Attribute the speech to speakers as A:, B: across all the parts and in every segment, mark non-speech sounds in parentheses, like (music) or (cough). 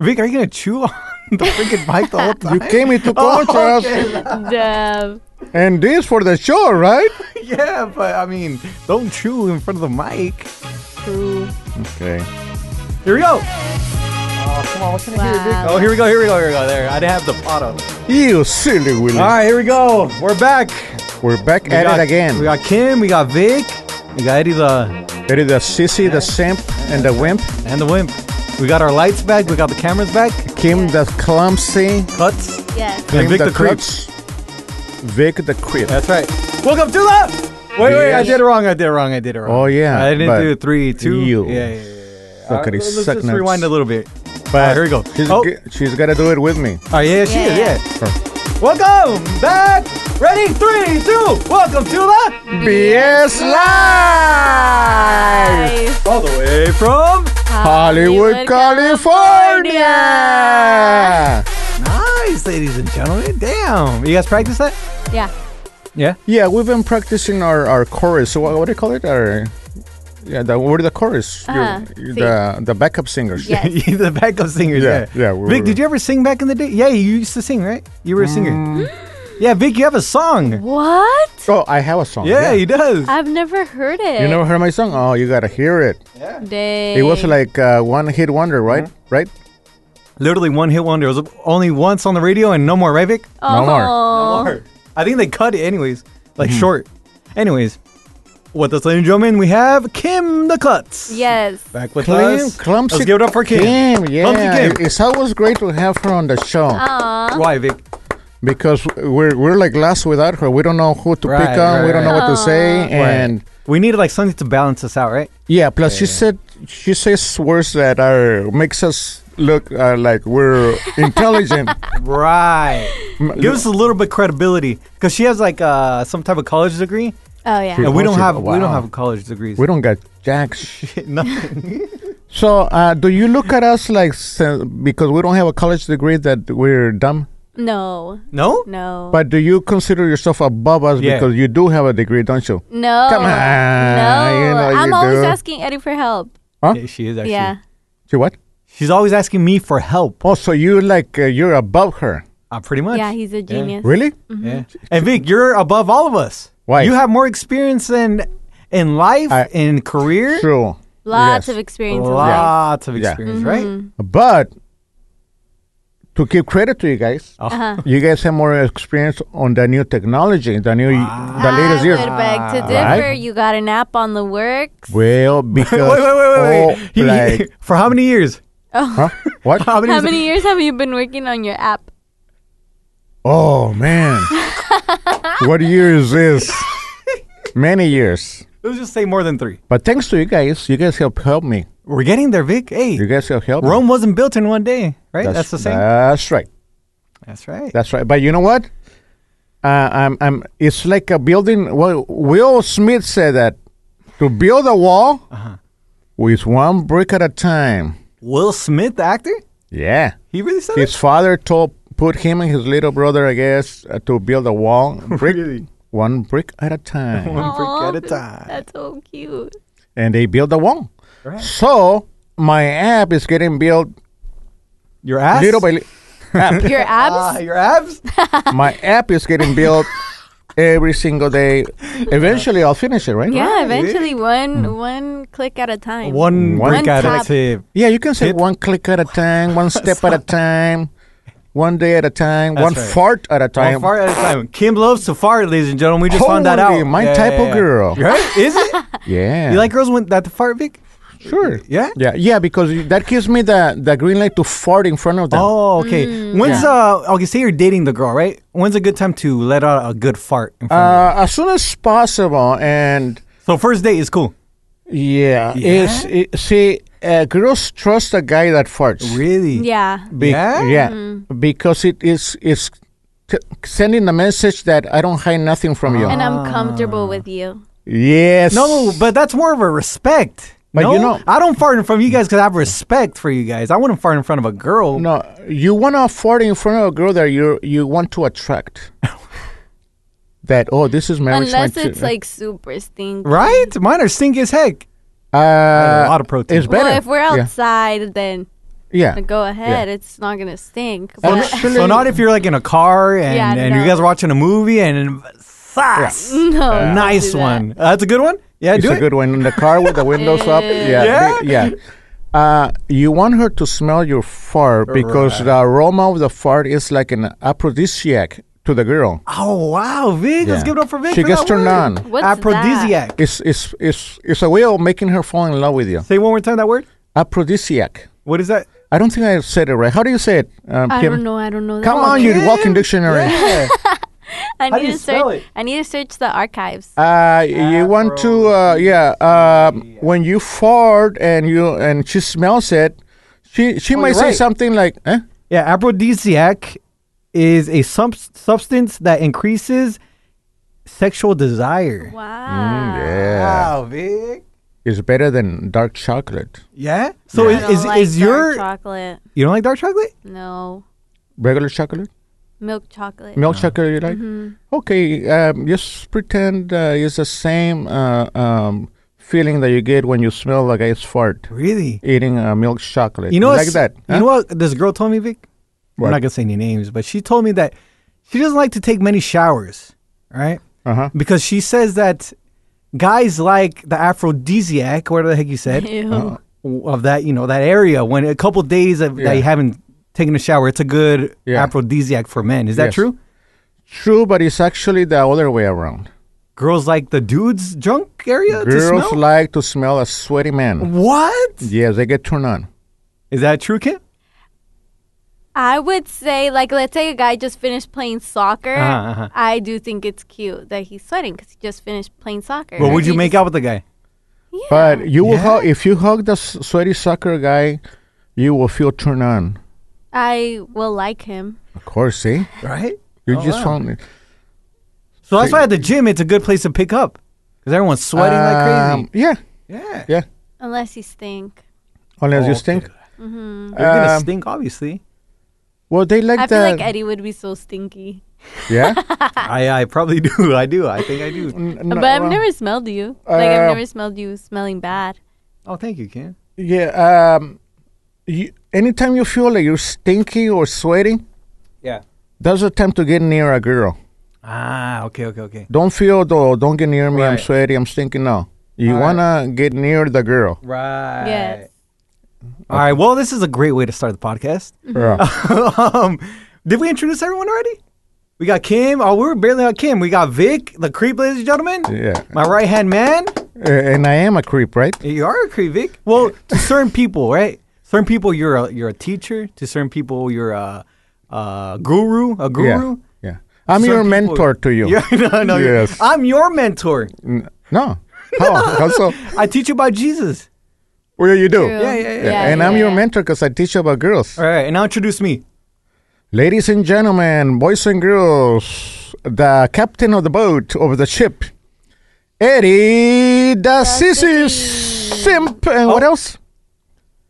A: Vic, are you gonna chew on (laughs) the freaking mic the whole time?
B: You came into
A: Oh,
B: contrast,
A: okay.
C: Damn.
B: and this for the show, right?
A: (laughs) Yeah, but I mean, don't chew in front of the mic.
C: True.
B: Okay.
A: Here we go. Oh, come on, what's gonna hear, Vic?
C: Wow.
A: Oh, here we go, here we go, here we go. There, I didn't have the pot on. All
B: You silly Willie.
A: right, here we go. We're back.
B: We're back
A: We
B: at
A: got-
B: it again.
A: We got Kim, we got Vic, we got Eddie the
B: It is the sissy, the simp, and the wimp.
A: and the wimp. We got our lights back. We got the cameras back.
B: Kim the clumsy.
A: Cuts.
C: Yes.
A: And
B: Kim
A: Vic the,
B: the
A: creep.
B: klutz, Vic the creep.
A: That's right. Welcome to the. Wait, wait, I
B: Yes.
A: did it wrong. I did it wrong. I did it wrong.
B: Oh, yeah,
A: I didn't
B: but
A: do three, two.
B: you
A: Yeah, yeah, yeah, yeah.
B: fucking
A: All right, let's
B: suck
A: just
B: nuts.
A: rewind a little bit.
B: But
A: here we go.
B: She's,
A: Oh.
B: g- she's got to do it with me.
A: Oh yeah, she is.
C: Yeah.
A: Yeah. Welcome back. Ready? Three, two. Welcome to the
B: BS Live!
C: Nice.
A: all the way from.
B: Hollywood, California!
A: Nice, ladies and gentlemen. Damn. You guys practice that?
C: Yeah.
A: (laughs) Yeah.
B: Yeah, we've been practicing our, our chorus. What, what do you call it? Our yeah, the we're the chorus. You're-
C: Uh-huh.
B: you're the the backup singers.
C: Yes.
A: the backup singers.
B: Yeah,
A: Yeah.
B: yeah, we
A: Vic,
B: were-
A: did you ever sing back in the day? Yeah, you used to sing, right? You were a singer. Yeah, Vic, you have a song.
C: What?
B: (laughs) Oh, I have a song.
A: Yeah, he does.
C: I've never heard it.
B: You never heard my song? Oh, you gotta hear it.
C: Dang.
B: It was like uh, one hit wonder, right?
A: Uh-huh.
B: Right?
A: Literally one hit wonder. It was only once on the radio and no more, right, Vic?
B: no more.
C: Oh.
A: I think they cut it anyways, like
B: Mm-hmm.
A: short. Anyways, with us, ladies and gentlemen, we have Kim the Cuts.
C: Yes.
A: Back with
B: Clem,
A: us.
B: clumsy.
A: Let's give it up for Kim.
B: yeah.
A: Clumsy
B: It-
A: Kim.
B: It's always great to have her on the show
C: Ah. Aw.
A: Why, Vic?
B: because we're we're like lost without her. We don't know who to
A: Right,
B: pick on.
A: right, Oh.
B: we don't know
A: right.
B: what to say. And
A: We needed like something to balance us out, right?
B: yeah, plus she said she says words that are makes us look uh,
A: (laughs)
B: like we're intelligent.
A: Right.
B: M-
A: Give us a little bit credibility because she has like uh, some type of college degree,
C: Oh yeah.
A: and we don't
B: Bullshit.
A: have we don't
B: Wow.
A: have college degrees.
B: we don't got jack
A: (laughs)
B: shit.
A: Nothing.
B: So, uh, do you look at us like s- because we don't have a college degree that we're dumb?
C: No.
A: No.
C: No.
B: But do you consider yourself above us
A: Yeah.
B: because you do have a degree, don't you?
C: no.
B: Come on,
C: No.
B: you know
C: I'm
B: you
C: always
B: do.
C: asking Eddie for help.
A: Yeah, she is actually.
C: Yeah.
B: She what?
A: She's always asking me for help.
B: Oh, so you like uh, you're above her?
A: Uh, pretty much.
C: Yeah. mm-hmm. He's a genius.
B: Really?
A: Yeah. And Vic, you're above all of us.
B: Why?
A: You have more experience in in life,
B: I-
A: in career,
B: True. Yes.
C: Lots of experience. Mm-hmm. in life.
A: lots of
B: Yeah.
A: experience, right?
B: But to give credit to you guys,
A: Oh.
C: Uh-huh.
B: you guys have more experience on the new technology, the new, the latest
C: I
B: years.
C: would beg to
B: Ah, Right?
C: differ. You got an app on the works.
B: Well, because
A: (laughs) Wait, wait, wait, wait,
B: oh,
A: wait. He- he-
B: like,
A: (laughs) for how many years?
B: huh? What?
A: (laughs) How many?
C: Oh, How
A: years?
C: many years have you been working on your app?
B: Oh man, what year is this? Many years.
A: Let's just say more than three.
B: But thanks to you guys, you guys help help me.
A: We're getting there, Vic.
B: You
A: Hey,
B: guys have helped. me.
A: Rome wasn't built in one day, right? That's, the same.
B: That's right.
A: That's right.
B: That's right. But you know what? Uh, I'm, I'm, it's like a building. Well, Will Smith said that to build a wall
A: Uh-huh.
B: with one brick at a time.
A: Will Smith, the actor,
B: Yeah.
A: he really said
B: His
A: it.
B: father told put him and his little brother, I guess, uh, to build
A: (laughs)
B: a wall. Brick,
A: Really? Oh.
B: One brick at
A: (laughs)
B: a time.
A: One
C: Aw,
A: brick at a time.
C: That's so
B: (laughs)
C: cute.
B: and they built a wall.
A: Right.
B: So my app is getting built
A: Your ass.
B: little by little.
C: Your abs?
A: Ah, your abs.
B: (laughs) my app is getting built every single day. Eventually, I'll finish it, right?
C: yeah,
A: right,
C: eventually one one click at a time.
A: One,
B: One
A: brick at a
C: tap.
A: time.
B: Yeah, you can say
A: Hit-
B: one click at a time,
A: (laughs)
B: one step at a time, one day at a time,
A: That's
B: one
A: right.
B: fart at a time.
A: One fart at a time. Kim loves to fart, ladies and gentlemen. We just found that
B: Holy,
A: out.
B: my type of girl.
A: Right? Is
C: (laughs)
A: it?
B: Yeah.
A: You like girls when that fart, Vic?
B: Sure.
A: Yeah?
B: Yeah, yeah, because you- that gives me the, the green light to fart in front of them.
A: Oh, okay.
C: Mm.
A: When's uh okay? Say you're dating the girl, right? When's a good time to let out a good fart? In front of
B: Uh, as soon as possible, and
A: her? So first date is cool.
B: yeah, it's it, see, uh, girls trust a guy that farts.
A: Really?
C: Yeah.
B: Be-
A: Yeah?
C: Mm-hmm.
B: because it is it's t- sending the message that I don't hide nothing from you.
C: And I'm comfortable with you.
B: yes.
A: No, but that's more of a respect.
B: But
A: No?
B: you know-
A: I don't fart in front of you guys because I have respect for you guys. I wouldn't fart in front of a girl.
B: No, you want to fart in front of a girl that you you want to
A: (laughs)
B: attract. that oh, this is marriage.
C: Unless
B: my chi-
C: it's like super stinky.
A: Right? Mine are stinky as heck.
B: uh,
A: a lot of protein.
B: It's better.
C: Well, if we're
B: Yeah.
C: outside, then
B: Yeah.
C: Like, go ahead. It's not gonna stink.
B: Well,
C: but-
B: actually-
A: So not if you're like in a car and,
C: Yeah,
A: and
C: no.
A: you guys are watching a movie and sass.
C: no, don't
A: nice
C: do that.
A: one. Uh, That's a good one. Yeah,
B: It's
A: do
B: a
A: it.
B: good one in the car
A: (laughs)
B: with the windows up. Yeah,
A: Yeah?
B: be- yeah. Uh, you want her to smell your fart because the aroma of the fart is like an aphrodisiac to the girl.
A: Oh wow, Vic, let's
B: Yeah.
A: give it up for Vic.
B: She
A: for
B: gets
A: that
B: turned
A: word.
B: on.
C: What's that?
A: Aphrodisiac.
B: It's it's it's it's a way of making her fall in love with you.
A: Say one more time that word.
B: Aphrodisiac.
A: What is that?
C: (laughs)
B: I don't think I said it right. How do you say it? Um,
C: (laughs) I
B: Kim?
C: don't know. I don't know. That
B: Come
C: one.
B: on, you walking dictionary.
A: Yeah.
C: I
A: How
C: need
A: do you
C: to
A: spell
C: search.
A: it?
C: I need to search the archives.
B: Uh, you want to, uh, yeah. Um, when you fart and you and she smells it, she she might
A: Oh, you're
B: say
A: right.
B: something like, eh?
A: yeah, aphrodisiac is a sub- substance that increases sexual desire.
C: Wow.
B: Mm, yeah.
A: Wow, Vic.
B: It's better than dark chocolate.
A: Yeah. So
C: I don't
A: is is,
C: like
A: is
C: dark
A: your
C: chocolate?
A: you don't like dark chocolate?
C: No,
B: Regular chocolate,
C: milk chocolate. (laughs)
B: milk chocolate, you like?
A: Mm-hmm.
B: Okay, um, just pretend uh, it's the same uh, um, feeling that you get when you smell like guy's fart
A: Really?
B: eating uh, milk chocolate.
A: You know
B: like
A: what's-
B: that? huh?
A: You know what this girl told me, Vic?
B: What?
A: I'm not gonna say any names, but she told me that she doesn't like to take many showers, right?
B: Uh-huh.
A: Because she says that guys like the aphrodisiac, whatever the heck you said,
C: Ew.
B: Oh,
A: of that you know that area. When a couple days of,
B: Yeah.
A: that you haven't taken a shower, it's a good
B: Yeah.
A: aphrodisiac for men. Is that
B: Yes.
A: true?
B: True, but it's actually the other way around.
A: Girls like the dude's junk area Uh, to
B: Girls
A: smell.
B: like to smell a sweaty man.
A: what
B: Yes, they get turned on.
A: is that true, Kim?
C: I would say, like, let's say a guy just finished playing soccer.
A: Uh-huh, uh-huh.
C: I do think it's cute that he's sweating because he just finished playing soccer.
A: Well,
C: Or
A: would you
C: he
A: make
C: just-
A: out with the guy?
B: But you will
A: Yeah.
B: hug, if you hug the s- sweaty soccer guy, you will feel turned on.
C: I will like him.
B: Of course, see?
A: Right.
B: You
A: Oh,
B: just
A: wow.
B: found it.
A: So that's why at the gym it's a good place to pick up because everyone's sweating
B: Um, Yeah,
A: like crazy. Yeah.
B: yeah.
C: Unless he stink. Mm-hmm.
B: Unless you
A: Okay.
B: stink.
A: You're gonna
B: Um,
A: stink, obviously.
B: Well, they like
C: I feel
B: that.
C: like Eddie would be so stinky. (laughs)
B: yeah.
A: I I probably (laughs) do. I do. I think I
B: (laughs)
A: do.
B: N- no,
C: but I've
B: well,
C: never smelled you. like, I've
B: Uh,
C: never smelled you smelling bad.
A: Oh, thank you, Kim.
B: Yeah. Um, you, anytime you feel like you're stinky or sweaty,
A: Yeah.
B: that's the time to get near a girl.
A: Ah. Okay. Okay. Okay.
B: Don't feel though. Don't get near me. I'm
A: Right.
B: sweaty. I'm stinking. No. You
A: All right.
B: wanna get near the girl.
A: Right.
C: Yes.
A: All right. Well, this is a great way to start the podcast. (laughs)
C: Mm-hmm.
B: Yeah.
A: um, did we introduce everyone already? We got Kim. Oh, we were barely on Kim. We got Vic, the creep, ladies and gentlemen.
B: Yeah.
A: My right hand man.
B: Uh, and I am a creep, right?
A: You are a creep, Vic. Well, to certain people, right? Certain people, you're a you're a teacher. To certain people, you're a, a guru. A guru.
B: Yeah. yeah. I'm
A: Some
B: your
A: people-
B: mentor to you.
A: Yeah, (laughs) no, no. you're-
B: Yes.
A: I'm your mentor.
B: N-
A: (laughs)
B: No. How? How so?
A: I teach you about Jesus.
B: Well, you do.
C: True.
A: Yeah, yeah, yeah.
B: and I'm
C: yeah,
B: your
C: yeah.
B: mentor because I teach about girls.
A: All right, and now introduce me.
B: Ladies and gentlemen, boys and girls, the captain of the boat, of the ship, Eddie the Sissy Simp. And
A: Oh.
B: what else?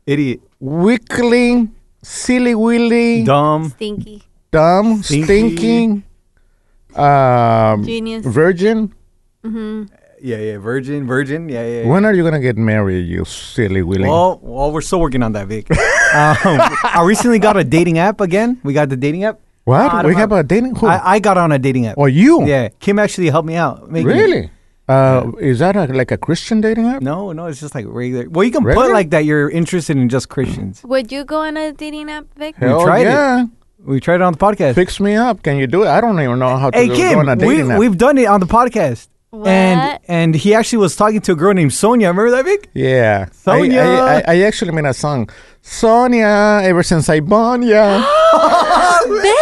A: Idiot.
B: Weakling, silly willy,
A: Dumb.
C: Stinky.
B: dumb,
A: Stinky.
B: stinking, um,
C: Genius.
B: virgin.
A: Yeah, yeah. Virgin, virgin. Yeah, yeah. Oh, yeah.
B: When are you going to get married, you silly willy?
A: Well, well, we're still working on that, Vic. um, (laughs) I recently got a dating app again. We got the dating app. I
B: what?
A: don't
B: We
A: know.
B: have a dating? Who?
A: I, I got on a dating app.
B: or you?
A: Yeah, Kim actually helped me out. making it.
B: Really? Uh, Is that a, like a Christian dating app?
A: No, no, it's just like regular. Well, you can put
B: Regular?
A: like that. You're interested in just Christians.
C: Would you go on a dating app, Vic?
A: We
B: Hell
A: tried it.
B: yeah.
A: We tried it on the podcast.
B: Fix me up. Can you do it? I don't even know how to
A: Hey
B: do,
A: Kim,
B: go on a
A: we,
B: dating app.
A: we've done it on the podcast. And
C: What?
A: and he actually was talking to a girl named Sonia. Remember that, Vic?
B: yeah. I-
A: Sonia.
B: I, I, I actually made a song. Sonia, ever since I born
A: (gasps)
B: ya.
C: Vic!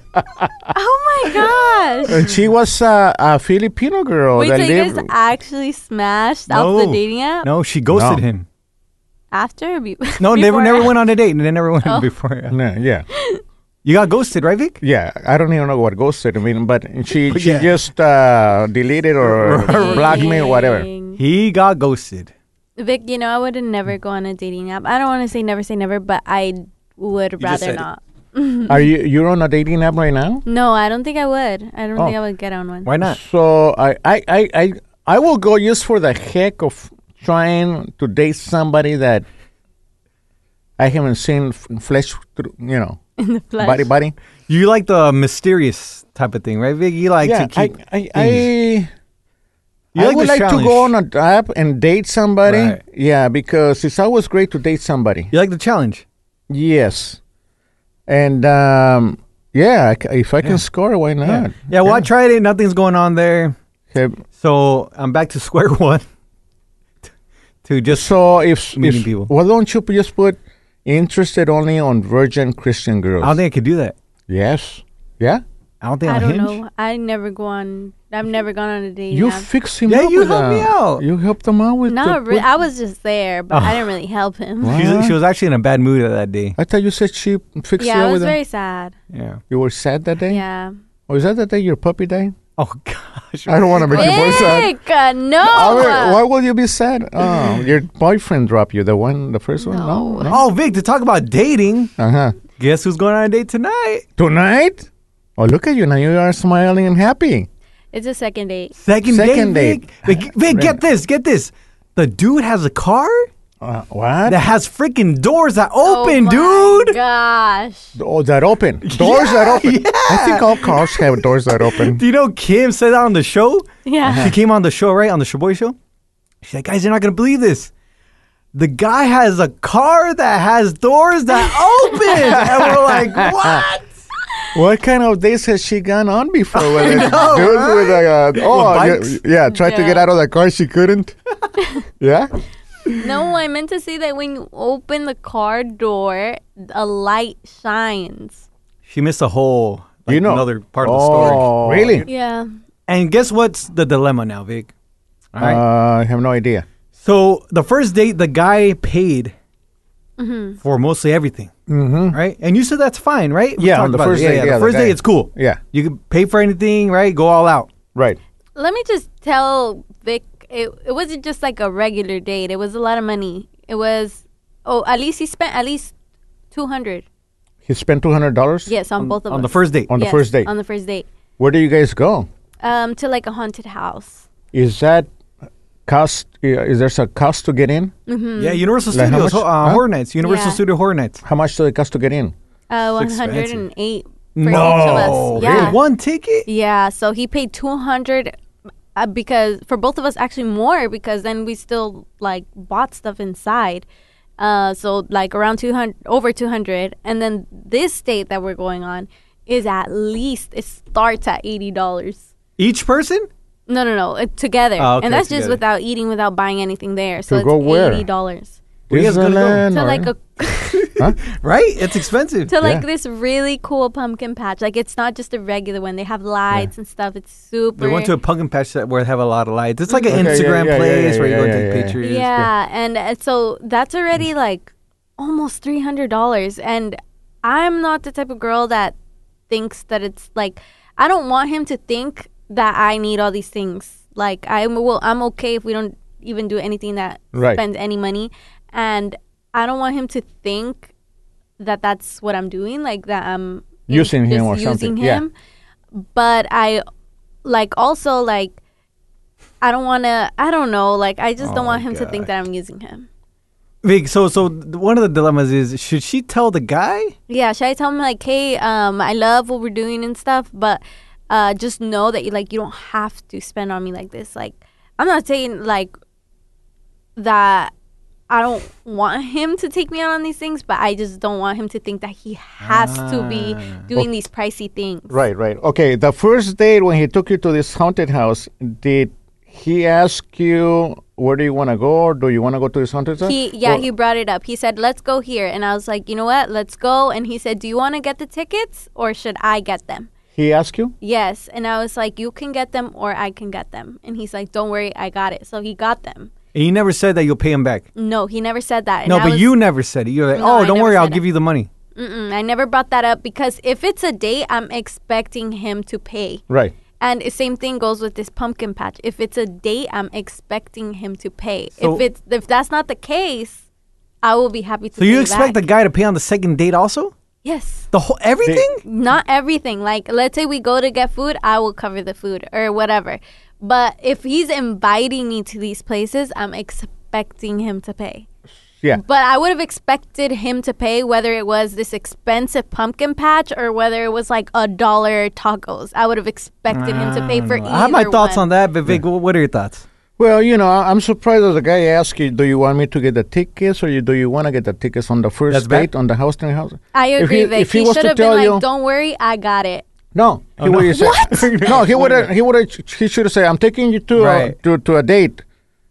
A: (laughs)
C: oh my gosh.
B: and she was uh, a Filipino
A: Oh,
B: girl
C: Wait,
B: that
C: so you guys
B: lived.
C: actually smashed off the dating app
A: No, she ghosted
B: No.
A: him.
C: after? (laughs) or be-
A: No, never
C: before Oh.
A: never
C: af-
A: went on a date and then never went before.
B: No, yeah.
A: You got ghosted, right, Vic?
B: Yeah. I don't even know what ghost it mean, but she, she
A: Yeah.
B: just uh,
A: (laughs)
B: deleted or blocked me or whatever.
C: Dang.
A: He got ghosted.
C: Vic, you know I would never go on a dating app. I don't want to say never say never, but I would rather
A: said it.
C: not.
B: Are you you're on a dating app right now?
C: No, I don't think I would. I don't
B: Oh.
C: think I would get on one.
A: Why not?
B: So I, I, I, I, I will go just for the heck of trying to date somebody that I haven't seen f- flesh, through, you know,
C: in (laughs) the flesh.
B: body, body.
A: You like the mysterious type of thing, right, Vic? You like to
B: yeah,
A: keep.
B: I, I,
A: things-
B: I,
A: You
B: I
A: like
B: would
A: the
B: like to go
A: challenge.
B: on a trip and date somebody.
A: Right.
B: Yeah, because it's always great to date somebody.
A: you like the challenge.
B: Yes, and um, yeah, I c- if I can score, why not?
A: Yeah. yeah. Well, I tried it. Nothing's going on there,
B: Have-
A: so I'm back to (laughs) square one. to just
B: So if,
A: Meeting
B: if
A: people.
B: why don't you just put interested only on virgin Christian girls?
A: I don't think I could do that.
B: yes. Yeah.
A: I don't think
C: I
A: I'll
C: don't
A: hinge.
C: know. I never go on. I've never gone on a dating
B: You
C: app.
B: fix him
A: Yeah,
B: up
A: you
B: with
A: helped me
B: that.
A: out.
B: You helped him out with
C: Not
B: the,
C: re-
B: with-
C: I was just there, but
A: Oh.
C: I didn't really help him.
B: What?
A: She's-
B: Huh?
A: She was actually in a bad mood that day.
B: I thought you said she fixed you
C: (laughs) Yeah,
B: up with
C: I was
B: him.
C: very sad.
A: Yeah.
B: You were sad that day?
C: Yeah.
B: Was that the day your puppy died?
A: Oh (laughs) gosh.
B: I don't want to make you more sad.
C: Vic, uh, no.
B: I mean, why will you be sad? Oh, your boyfriend dropped you, the one, the first one? No.
C: No.
A: Oh, Vic, to talk about dating.
B: Uh huh.
A: Guess who's going on a date tonight?
B: Tonight? Oh, look at you. Now you are smiling and happy.
C: It's a second date.
A: Second,
B: Second
A: date.
B: date.
A: Vic, Vic, Vic get this, get this. The dude has a car
B: Uh, what?
A: that has freaking doors that open,
C: oh my
A: dude.
C: Gosh. (laughs)
B: Oh,
A: (laughs)
B: that open. Doors that open. I think all cars have doors that
A: (laughs)
B: open.
A: Do you know Kim said that on the show?
C: Yeah.
A: She came on the show, right? On the Shaboy show. She's like, guys, you're not gonna believe this. The guy has a car that has doors
B: (laughs)
A: that open. and we're like, what?
B: What kind of days has she gone on before?
A: (laughs)
B: With it?
A: know,
B: Dude,
A: right?
B: with a, uh, oh, you-
A: bikes?
B: yeah, tried to
C: Yeah.
B: get out of the car,
A: (laughs)
B: she couldn't. yeah?
C: No, I meant to say that when you open the car door, a light shines.
A: She missed a whole like,
B: you know.
A: another part
B: oh, Uh,
A: of the story.
B: Really?
C: Yeah.
A: And guess what's the dilemma now, Vic? All right.
B: Uh, I have no idea.
A: So the first date, the guy paid for mostly everything,
B: Mm-hmm.
A: right? And you said that's fine, right? We
B: Yeah,
A: talked
B: on the
A: about
B: first
A: it.
B: date, yeah,
A: the
B: the
A: first
B: guy-
A: date, it's cool.
B: Yeah,
A: You can pay for anything, right? Go all out.
B: right.
C: Let me just tell Vic, it, it wasn't just like a regular date. It was a lot of money. It was, oh, at least he spent at least 200
B: He spent $200
C: Yes, on, both of
A: on
C: us.
A: the first date.
B: on the
C: Yes,
B: first date.
C: On the first date.
B: Where do you guys go?
C: Um, to like a haunted house.
B: Is that cost? Is there a cost to get in?
A: Yeah, Universal
B: Like, how
A: Studios
B: much-
A: ho- uh,
B: huh?
A: Horror Nights. Universal
C: Mm. Yeah.
A: Studio Horror Nights.
B: How much does it cost to get in?
C: Uh,
A: It's expensive.
C: 108 for each of us. Yeah.
A: really? one ticket.
C: Yeah, so he paid 200 uh, because for both of us actually more because then we still like bought stuff inside. Uh, so like around 200 over 200 and then this date that we're going on is at least it starts at $80.
A: Each person?
C: No, no, no, it, together.
A: Oh, okay,
C: and that's
A: together.
C: just without eating without buying anything there. So
B: To
C: it's
B: go where?
C: $80.
A: Where you guys gonna go?
B: Disneyland
C: To
B: or-
C: like a (laughs)
A: Right? It's expensive.
C: to
B: Yeah.
C: like this really cool pumpkin patch. Like it's not just a regular one. They have lights and stuff. It's super.
A: They went to a pumpkin patch that where they have a lot of lights. It's like an
B: Okay, yeah,
A: Instagram
B: yeah, yeah,
A: place
B: yeah,
A: where you go
B: yeah,
A: and
B: yeah,
A: take
B: yeah. Mm.
A: pictures.
C: Yeah, and uh, so that's already like almost three hundred dollars, and I'm not the type of girl that thinks that it's like I don't want him to think that I need all these things. Like I will, I'm okay if we don't even do anything that
B: Right.
C: spends any money, and I don't want him to think that that's what I'm doing, like that I'm
B: Using him
C: just
B: or
C: using
B: something, yeah.
C: Him. But I like also like I don't want to. I don't know. Like I just don't want him to think that I'm using him.
A: Vic, so so th- one of the dilemmas is should she tell the guy?
C: Yeah. Should I tell him like, hey, um, I love what we're doing and stuff, but uh, just know that you like you don't have to spend on me like this. Like I'm not saying like that. I don't want him to take me out on these things, but I just don't want him to think that he has to be doing these pricey things.
B: Right, right. Okay, the first date when he took you to this haunted house, did he ask you where do you want to go or do you want to go to this haunted house?
C: He yeah,
B: Or-
C: he brought it up. He said, "Let's go here," and I was like, "You know what? Let's go." And he said, "Do you want to get the tickets or should I get them?"
B: he asked you?
C: Yes, and I was like, "You can get them or I can get them." And he's like, "Don't worry, I got it." So he got them.
A: And you never said that you'll pay him back.
C: No, he never said that. And
A: No,
C: I
A: but
C: was-
A: you never said it. You're like,
C: No,
A: oh,
C: I
A: don't
C: never
A: worry, I'll
C: said
A: give
C: it.
A: you the money.
C: Mm-mm, I never brought that up because if it's a date, I'm expecting him to pay.
B: Right.
C: And the same thing goes with this pumpkin patch. If it's a date, I'm expecting him to pay.
A: So-
C: if it's if that's not the case, I will be happy to.
A: So you
C: pay
A: expect the
C: back.
A: guy to pay on the second date also?
C: yes.
A: The whole everything?
C: not everything. Like, let's say we go to get food, I will cover the food or whatever. But if he's inviting me to these places, I'm expecting him to pay.
B: Yeah.
C: But I would have expected him to pay whether it was this expensive pumpkin patch or whether it was like a dollar tacos. I would have expected him to pay for either.
A: I have my thoughts on
C: one.
A: that, Vivek. wh- What are your thoughts?
B: Well, you know, I- I'm surprised that the guy asked you, "Do you want me to get the tickets, or you, do you want to get the tickets on the first
A: That's bad.
B: date on the hosting house?"
C: I
B: If
C: agree,
B: he-
C: Vic.
B: if he
C: he
B: was
C: should
B: to
C: have been
B: tell
C: like,
B: you-
C: "Don't worry, I got it."
B: No,
A: Oh,
B: he would have said- (laughs) no, he would have. He would have. He should have said, "I'm taking you to
A: Right.
B: a, to to a date.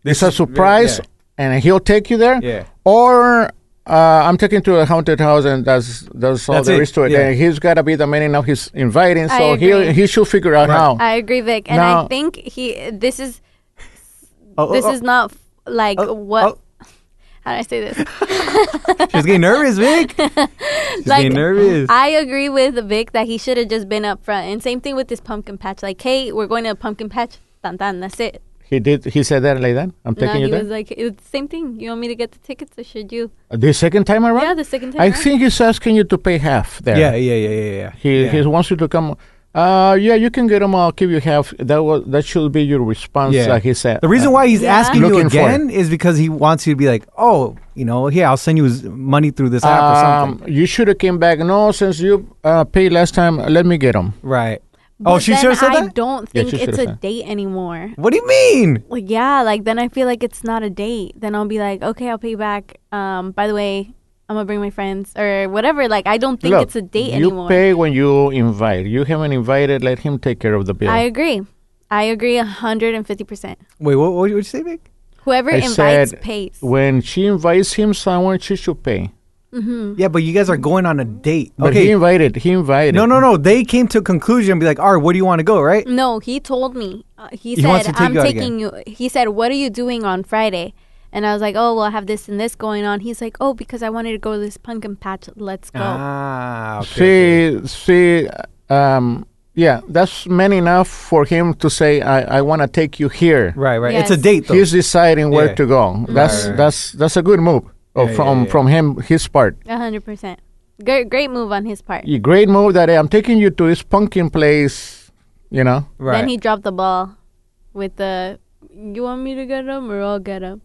A: This
B: it's a
A: is-
B: surprise,
A: yeah.
B: and he'll take you there."
A: Yeah.
B: Or uh, I'm taking to a haunted house, and that's that's all
A: That's
B: there
A: it,
B: is to it.
A: yeah.
B: And he's got to be the man now. He's inviting,
C: I
B: so he
C: agree.
B: he should figure out
A: Right.
B: how.
C: I agree, Vic, and
B: Now- Uh,
C: I think he. This is
A: Oh,
C: this
A: oh,
C: is not f- like
A: oh,
C: what. (laughs) How do I say this?
A: oh, she's getting nervous,
C: (laughs)
A: Vic. She's
C: Like,
A: getting nervous.
C: I agree with Vic that he should have just been up front. And same thing with this pumpkin patch. Like, hey, we're going to a pumpkin patch. Tan tan, that's it.
B: He did. He said that like that. I'm
C: No,
B: taking
C: he
B: you there.
C: was like, it's the same thing. You want me to get the tickets or should you?
B: the second time around.
C: Yeah, the second time.
B: I
C: around.
B: think he's asking you to pay half there.
A: yeah, yeah, yeah, yeah, yeah.
B: He
A: yeah.
B: he wants you to come. Uh, yeah, you can get him. I'll give you half. That was that should be your response.
A: Yeah.
B: Like he said.
A: The reason
B: Uh,
A: why he's
C: Yeah.
A: asking you
B: Looking for it.
A: again is because he wants you to be like, oh, you know, here, I'll send you his money through this app or
B: um,
A: something.
B: you should have came back. No, since you uh, paid last time, let me get him.
A: Right.
C: But
A: oh, she
C: then
A: should have said
C: I
A: that?
C: don't
B: Yeah,
C: think
B: she
C: it's
B: should've
C: a
B: said.
C: date anymore.
A: What do you mean?
C: Well, yeah, like then I feel like it's not a date. Then I'll be like, okay, I'll pay you back. Um, by the way, I'm gonna bring my friends or whatever. Like I don't think
B: Look,
C: it's a date
B: you
C: anymore.
B: pay when you invite. You haven't invited. Let him take care of the bill.
C: I agree. I agree hundred and fifty percent.
A: Wait, what, what did you say, Vic?
C: Whoever
B: I
C: invites
B: said-
C: pays.
B: when she invites him somewhere, she should pay.
C: Mm.
A: Yeah, but you guys are going on a date.
B: But he
A: okay.
B: invited. He invited.
A: No, no, no. They came to a conclusion and be like, all right, where do you want to go, right?
C: No, he told me. Uh, he,
A: He wants
C: said,
A: to take
C: "I'm
A: you out
C: taking you." He said, "What are you doing on Friday?" And I was like, "Oh, well, I have this and this going on." He's like, "Oh, because I wanted to go to this pumpkin patch. Let's go."
A: Ah, okay.
B: See, see, um, yeah, that's man enough for him to say, I, I want to take you here.
A: Right, right. It's
C: Yes.
A: a date, though.
B: He's deciding where
A: Yeah.
B: to go.
C: Mm.
B: That's
A: right, right.
B: that's that's a good move uh,
A: Yeah,
B: from
A: yeah, yeah.
B: from him his part.
C: A hundred percent. Great, great move on his part.
B: Y- Great move that I'm taking you to this pumpkin place. You know,
A: right.
C: Then he dropped the ball with the. You want me to get him or I'll get him?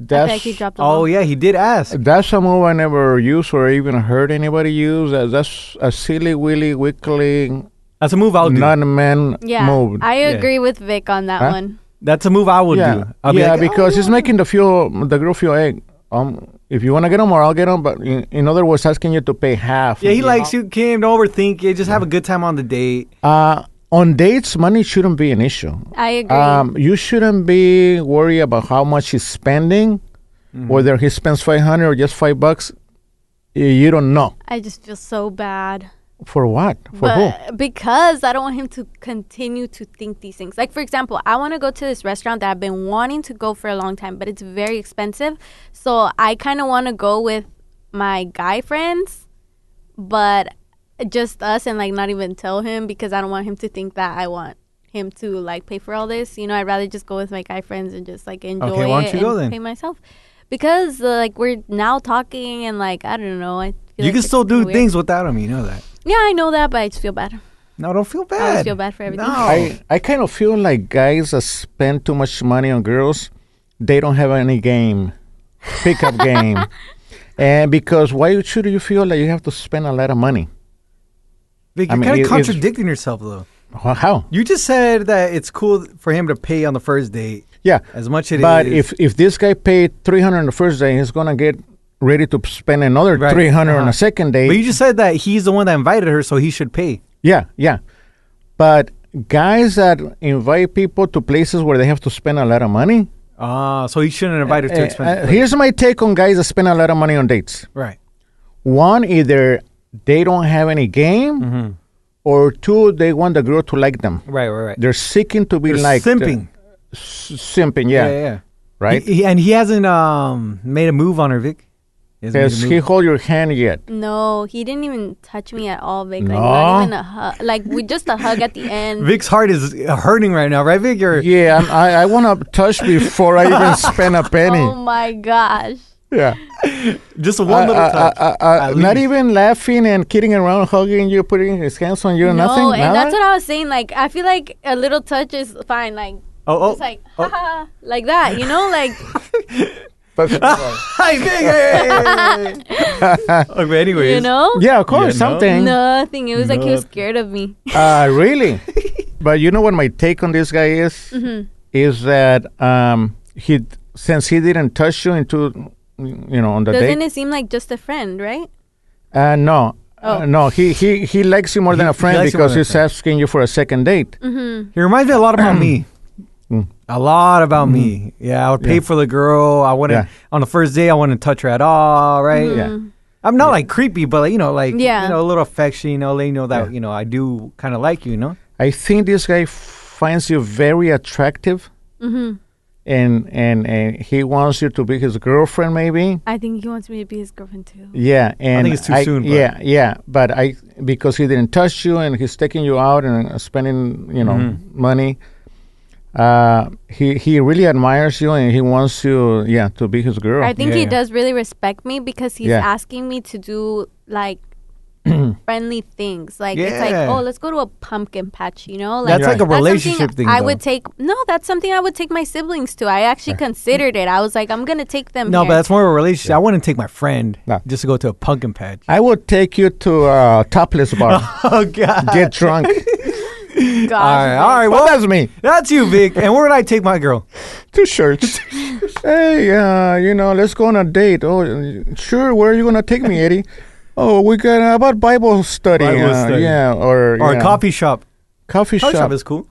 C: I
B: that's
C: feel like he dropped the
A: oh,
C: ball.
A: yeah, he did ask.
B: that's a move I never used or even heard anybody use. Uh, That's a silly willy wickly
A: That's a move I'll do.
B: non-man
C: Yeah,
B: move.
C: I
A: Yeah.
C: agree with Vic on that
B: Huh?
C: one.
A: That's a move I would
B: yeah,
A: do. I'll be
B: yeah,
A: like, "Oh,
B: because it's making the fuel, the girl fuel egg. Um, if you want to get them, or I'll get them. But in, in other words, asking you to pay half.
A: Yeah, he likes you, Kim. Don't overthink it. Just have a good time on the date.
B: Uh, on dates, money shouldn't be an issue.
C: I agree.
B: Um, you shouldn't be worried about how much he's spending,
A: Mm-hmm.
B: whether he spends five hundred or just five bucks. y- You don't know
C: I just feel so bad.
B: for what for who.
C: but because I don't want him to continue to think these things. Like for example, I want to go to this restaurant that I've been wanting to go for a long time, but it's very expensive. So I kind of want to go with my guy friends, but just us and like not even tell him because I don't want him to think that I want him to like pay for all this. You know, I'd rather just go with my guy friends and just like enjoy
A: Okay, why don't
C: it
A: you go
C: and
A: then?
C: pay myself. Because uh, like we're now talking and like I don't know. I feel
A: You
C: like
A: can
C: it's
A: still do
C: weird.
A: things without him. You know that.
C: Yeah, I know that, but I just feel bad.
A: No, don't feel bad.
C: always Oh, feel bad for everything.
A: No.
B: I I kind of feel like guys that spend too much money on girls, they don't have any game, pickup game, and because why should you feel like you have to spend a lot of money?
A: Vic,
B: I
A: you're
B: mean,
A: kind of
B: it- it's-
A: contradicting yourself, though.
B: Ho- How?
A: You just said that it's cool for him to pay on the first date.
B: Yeah,
A: As much it
B: but
A: is-
B: if if this guy paid three hundred on the first day, he's gonna get ready to spend another
A: Right.
B: three hundred on
A: Uh-huh.
B: the second day.
A: But you just said that he's the one that invited her, so he should pay.
B: yeah, yeah. But guys that invite people to places where they have to spend a lot of money.
A: Ah, so he shouldn't invite her
B: Uh,
A: to expensive.
B: uh,
A: places.
B: here's my take on guys that spend a lot of money on dates.
A: right.
B: One, either they don't have any game,
A: Mm-hmm.
B: or two, they want the girl to like them.
A: Right, right, right.
B: They're seeking to be
A: They're
B: liked.
A: simping.
B: S- simping, yeah.
A: Yeah, yeah. yeah.
B: Right?
A: He- he- and he hasn't um made a move on her, Vic. He hasn't made a
B: Has
A: move.
B: he hold your hand yet?
C: No, he didn't even touch me at all, Vic. Like not
B: No?
C: even a hug. Like we just a hug at the
B: (laughs)
C: end.
A: Vic's heart is hurting right now, right, Vic? You're,
B: Yeah, I'm, I, I want to touch before I
A: (laughs)
B: even spend a penny.
C: oh my gosh.
B: yeah.
A: just one
B: Uh,
A: little
B: uh,
A: touch.
B: uh, uh,
A: at
B: not
A: least.
B: even laughing and kidding around, hugging you, putting his hands on you, nothing.
C: no, and
B: nada?
C: that's what I was saying. Like I feel like a little touch is fine. Like
A: Oh, oh.
B: (laughs)
C: just like haha, like that. You know, like
B: But
C: (laughs)
A: okay, anyways.
C: you know?
B: (laughs) yeah, of course,
A: Yeah, no.
B: something.
C: Nothing. It was like he was
A: Nothing.
C: scared of me.
B: (laughs) Uh, really? but you know what my take on this guy is?
C: Mm-hmm.
B: Is that um, he since he didn't touch you into you know on the
C: Doesn't
B: date?
C: it seem like just a friend, right?
B: Uh, no. Uh,
C: Oh.
B: no, he, he, he likes you more than
A: He-
B: a
A: he
B: friend
A: likes you more
B: because
A: than a
B: he's
A: friend.
B: asking you for a second date.
A: He reminds me a lot about
B: (clears throat)
A: me.
B: Mm.
A: A lot about me. Yeah, I would pay
B: Mm-hmm. Yeah.
A: for the girl. I wouldn't
B: Yeah. Mm-hmm.
A: on the first day. I wouldn't touch her at all.
C: Mm-hmm.
A: Right?
B: Yeah.
A: I'm not like creepy, but like, you know, like
C: Yeah.
A: you know, a little affection. You know, letting you know that
B: Yeah.
A: you know I do kind of like you. You know,
B: I think this guy f- finds you very attractive,
C: Mm-hmm.
B: and, and and he wants you to be his girlfriend, maybe.
C: I think he wants me to be his girlfriend too.
B: Yeah, and
A: it's too soon, but-
B: Yeah, yeah, but I because he didn't touch you and he's taking you out and uh, spending you know
A: Mm-hmm.
B: money. Uh, he he really admires you and he wants you yeah to be his girl.
C: I think
A: Yeah,
C: he
A: yeah.
C: does really respect me because he's
B: Yeah.
C: asking me to do
A: (clears throat)
C: like friendly things. Like it's like,
A: Yeah.
C: oh, let's go to a pumpkin patch, you know? Like
A: that's like a
C: that's something
A: relationship thing.
C: I
A: though.
C: would take no, that's something I would take my siblings to. I actually considered it. I was like, I'm gonna take them.
A: No,
C: here.
A: but that's more of a relationship. I wouldn't take my friend
B: No.
A: just to go to a pumpkin
B: (laughs)
A: patch.
B: I would take you to a topless
A: (laughs)
B: bar,
A: Oh God!
B: get drunk.
A: (laughs)
C: that's
A: all right, all right.
B: well,
A: Well,
B: that's me.
A: that's you, Vic. And where would I take my girl?
B: Two
A: (laughs)
B: shirts. hey, uh, you know, let's go on a date. Oh, uh, sure. Where are you gonna take me, Eddie? Oh, we got uh, about Bible study.
A: Bible
B: uh,
A: study.
B: Yeah, or
A: Or
B: yeah,
A: a coffee shop? Coffee
B: coffee shop.
A: shop is cool.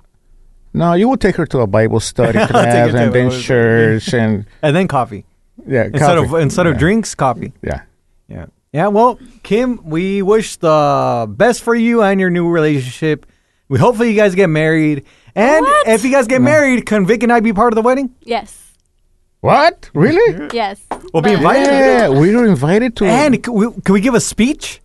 B: No, you will take her to a Bible study
A: (laughs) I'll take her
B: class
A: to a
B: and then
A: Bible study.
B: church and
A: And then coffee
B: yeah,
A: (laughs) instead of
B: coffee.
A: instead
B: yeah.
A: of drinks, coffee.
B: Yeah,
A: Yeah. Yeah. Well, Kim, we wish the best for you and your new relationship. We hopefully you guys get married. And
C: What?
A: if you guys get married, can Vic and I be part of the wedding?
C: Yes.
B: what?
A: (laughs)
B: Really?
C: Yes.
A: We'll be
C: But-
A: invited.
B: yeah, we were invited to.
A: And can we, can we give a speech?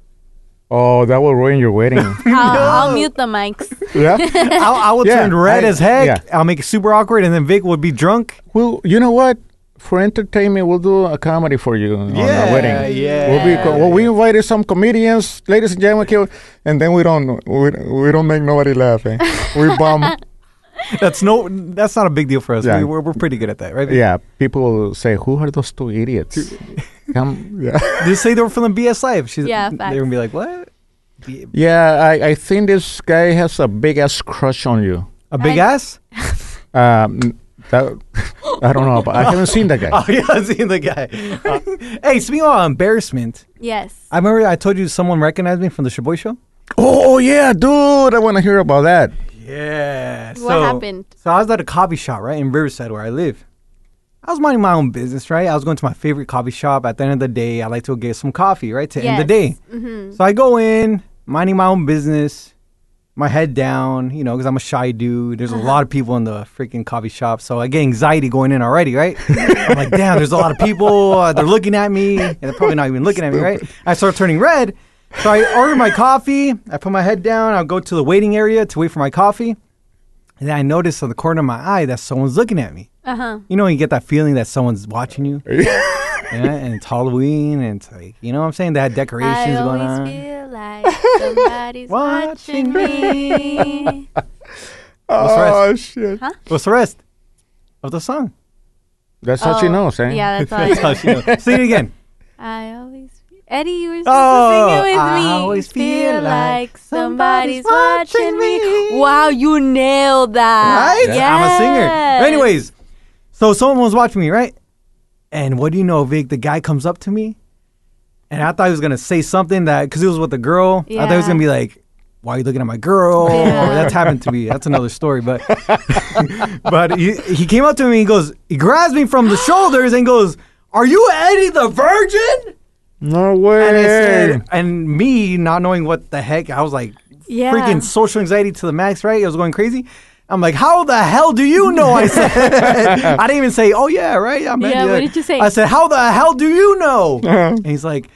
B: oh, that will ruin your
A: (laughs)
B: wedding.
C: I'll, I'll mute the mics.
B: yeah.
A: I'll, I will
B: Yeah,
A: turn red
B: I-
A: as heck.
B: yeah.
A: I'll make it super awkward, and then Vic would be drunk.
B: Well, you know what? For entertainment, we'll do a comedy for you on
A: Yeah,
B: the wedding.
A: yeah.
B: We'll be co- well. We invited some comedians, ladies and gentlemen, here, and then we don't we, we don't make nobody laugh. eh? We bomb.
A: That's no. That's not a big deal for us.
B: Yeah.
A: We, we're, we're pretty good at that, right? Vic?
B: yeah, people will say, "Who are those two idiots?" Come, yeah.
A: Just say they were from the BS Live. She's,
C: Yeah,
A: They're
C: facts.
A: gonna be like, what? B-
B: Yeah, I, I think this guy has a big ass crush on you.
A: A big
C: I-
A: ass?
B: Um, that, I don't know, but I haven't seen that guy.
A: (laughs) Oh yeah, I've seen the guy. (laughs) Uh, hey, speaking of embarrassment,
C: Yes.
A: I remember I told you someone recognized me from the Shaboy Show.
B: (laughs) Oh yeah, dude, I want to hear about that. (laughs)
A: Yeah.
C: What happened?
A: So I was at a coffee shop, right, in Riverside where I live. I was minding my own business, right? I was going to my favorite coffee shop. At the end of the day, I like to get some coffee, right, to end the day.
C: Yes. Mhm.
A: So I go in, minding my own business, my head down, you know, because I'm a shy dude. There's a lot of people in the freaking coffee shop. So I get anxiety going in already, right? I'm like, damn, there's a lot of people. Uh, they're looking at me. And they're probably not even looking at me, right? I start turning red. So I order my coffee. I put my head down. I'll go to the waiting area to wait for my coffee. And then I notice on the corner of my eye that someone's looking at me.
C: Uh huh.
A: You know, when you get that feeling that someone's watching you. yeah, and it's Halloween, and it's like, you know what I'm saying? They had
C: I
A: decorations going
C: always
A: on.
C: feel like
A: (laughs)
C: somebody's
A: Watching
C: watching me.
B: Oh shit,
A: What's the rest of the
C: (laughs)
A: song? (laughs) Oh,
B: that's how she
C: Oh,
B: knows, eh?
C: Yeah, that's all. I, know.
A: Sing it again.
C: I always. Feel, Eddie, you were supposed
A: Oh,
C: to sing it with
A: I
C: me.
A: always feel like somebody's watching me.
C: Wow, you nailed that.
A: Right? I'm a singer.
C: Uh, Yes.
A: But anyways, so someone was watching me, right? And what do you know, Vic? The guy comes up to me, and I thought he was gonna say something that because it was with a girl. I thought he was
C: Yeah.
A: gonna be like, "Why are you looking at my girl?"
C: Yeah.
A: Or that's happened to me. That's another story.
C: (laughs)
A: But (laughs) but he, he came up to me. He goes, he grabs me
C: (gasps)
A: from the shoulders and goes, "Are you Eddie the Virgin?"
B: No way.
A: And I said, and me not knowing what the heck, I was like,
C: Yeah.
A: freaking social anxiety to the max, right? It was going crazy. I'm like, how the hell do you know? I
C: (laughs)
A: said, (laughs) I didn't even say, oh yeah, right. I'm
C: Yeah,
A: Eddie."
C: what did you say?
A: I said, how the hell do you know?
B: (laughs)
A: And he's like,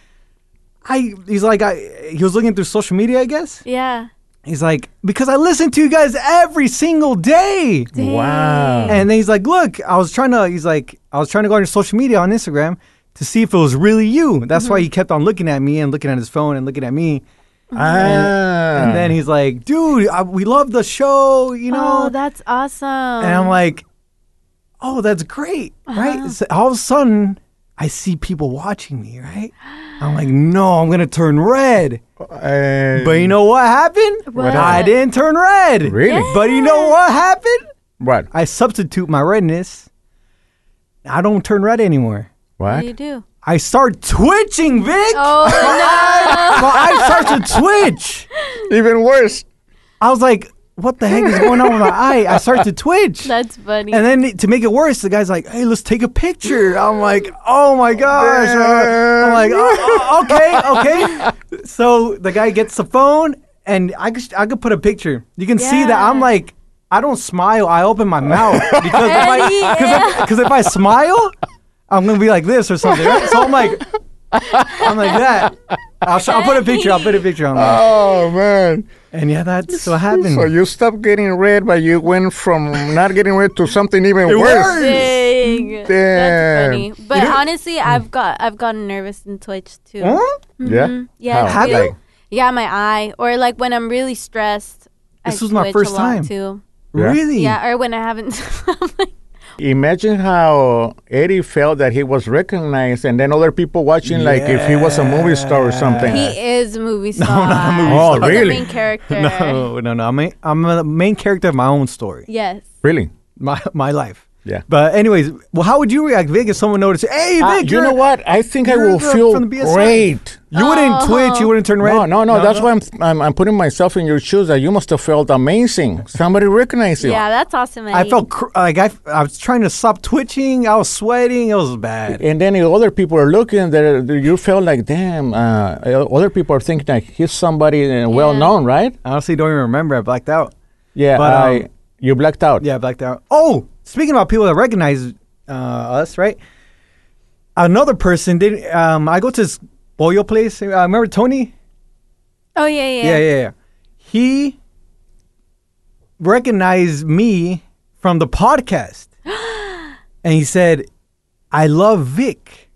A: I. He's like, I. He was looking through social media, I guess.
C: Yeah.
A: He's like, because I listen to you guys every single day.
B: wow.
A: And then he's like, "Look, I was trying to." He's like, "I was trying to go on your social media on Instagram to see if it was really you." That's
C: Mm-hmm.
A: why he kept on looking at me and looking at his phone and looking at me.
B: ah.
A: And then he's like, "Dude, I, we love the show, you know."
C: Oh, that's awesome. Uh-huh.
A: and I'm like, "Oh, that's great, right?" So all of a sudden, I see people watching me, right? I'm like, no, I'm gonna turn red.
B: Uh,
A: But you know what happened?
C: What?
A: I didn't turn red.
B: Really?
A: But you know what happened?
B: what?
A: I substitute my redness. I don't turn red anymore.
C: What
B: What?
C: do you
A: (laughs)
C: do?
A: I start twitching, Vic. (laughs)
C: Oh
A: My eyes start to twitch.
B: Even worse.
A: I was like, what the heck is going on with my eye? I start to twitch.
C: (laughs) no, that's funny.
A: and then to make it worse, the guy's like, "Hey, let's take a picture." I'm like, "Oh my gosh!" Uh, I'm like, oh, oh, "Okay, okay." So the guy gets the phone, and I could, I could put a picture. You can see that
C: Yeah.
A: I'm like, I don't smile. I open my mouth because if I,
C: Eddie,
A: cause if, 'cause if I smile, I'm gonna be like this or something. right? So I'm like, I'm like that. I'll, sh- I'll put a picture. I'll put a picture on. that.
B: (laughs) Oh man.
A: And yeah, that's what happened.
B: So you stopped getting red, but you went from not getting red to something even worse.
C: Dang. That's
B: Damn.
C: funny. But honestly, I've got I've gotten nervous in Twitch too.
A: Hmm. Huh?
C: Mm-hmm.
B: Yeah.
C: Yeah,
B: How?
C: too.
B: Oh, Like-
C: yeah, my eye, or like when I'm really stressed.
A: This
C: I
A: was my
C: twitch
A: first
C: a lot,
A: time.
C: too.
B: Yeah.
A: Really?
C: Yeah, or when I haven't. (laughs) I'm like,
B: Imagine how Eddie felt that he was recognized, and then other people watching like if he was a movie star or something.
C: he is a
A: (laughs)
C: movie star.
A: not a movie
B: Oh,
C: He's the
B: really?
C: main character.
A: (laughs) No, no, no. I'm a, I'm a main character of my own story,
C: Yes.
B: really?
A: my my life.
B: Yeah.
A: But anyways, well, how would you react, Vic, if someone noticed? Hey, Vic,
B: Ah, you
A: you're-
B: know what? I think I
A: you're
B: will
A: the-
B: feel
A: from the BSI.
B: great.
A: You wouldn't twitch. You wouldn't turn red.
B: Oh. No, no, no, That's why I'm, I'm I'm putting myself in your shoes. That you must have felt amazing. Somebody recognized you.
C: Yeah, that's awesome.
A: I
C: Eddie.
A: felt cr- like I, I was trying to stop twitching. I was sweating. It was bad.
B: And then if other people are looking there. You felt like, damn. Uh, other people are thinking like he's somebody uh, well known, right?
A: I honestly don't even remember. I blacked out.
B: Yeah.
A: But,
B: I,
A: um,
B: you blacked out.
A: Yeah, I blacked out. Oh, speaking about people that recognize uh, us, right? Another person did. Um, I go to this boyo place. Uh, remember Tony?
C: Oh yeah, yeah.
A: yeah, yeah, yeah. He recognized me from the
B: (gasps)
A: podcast, and he said, "I love Vic."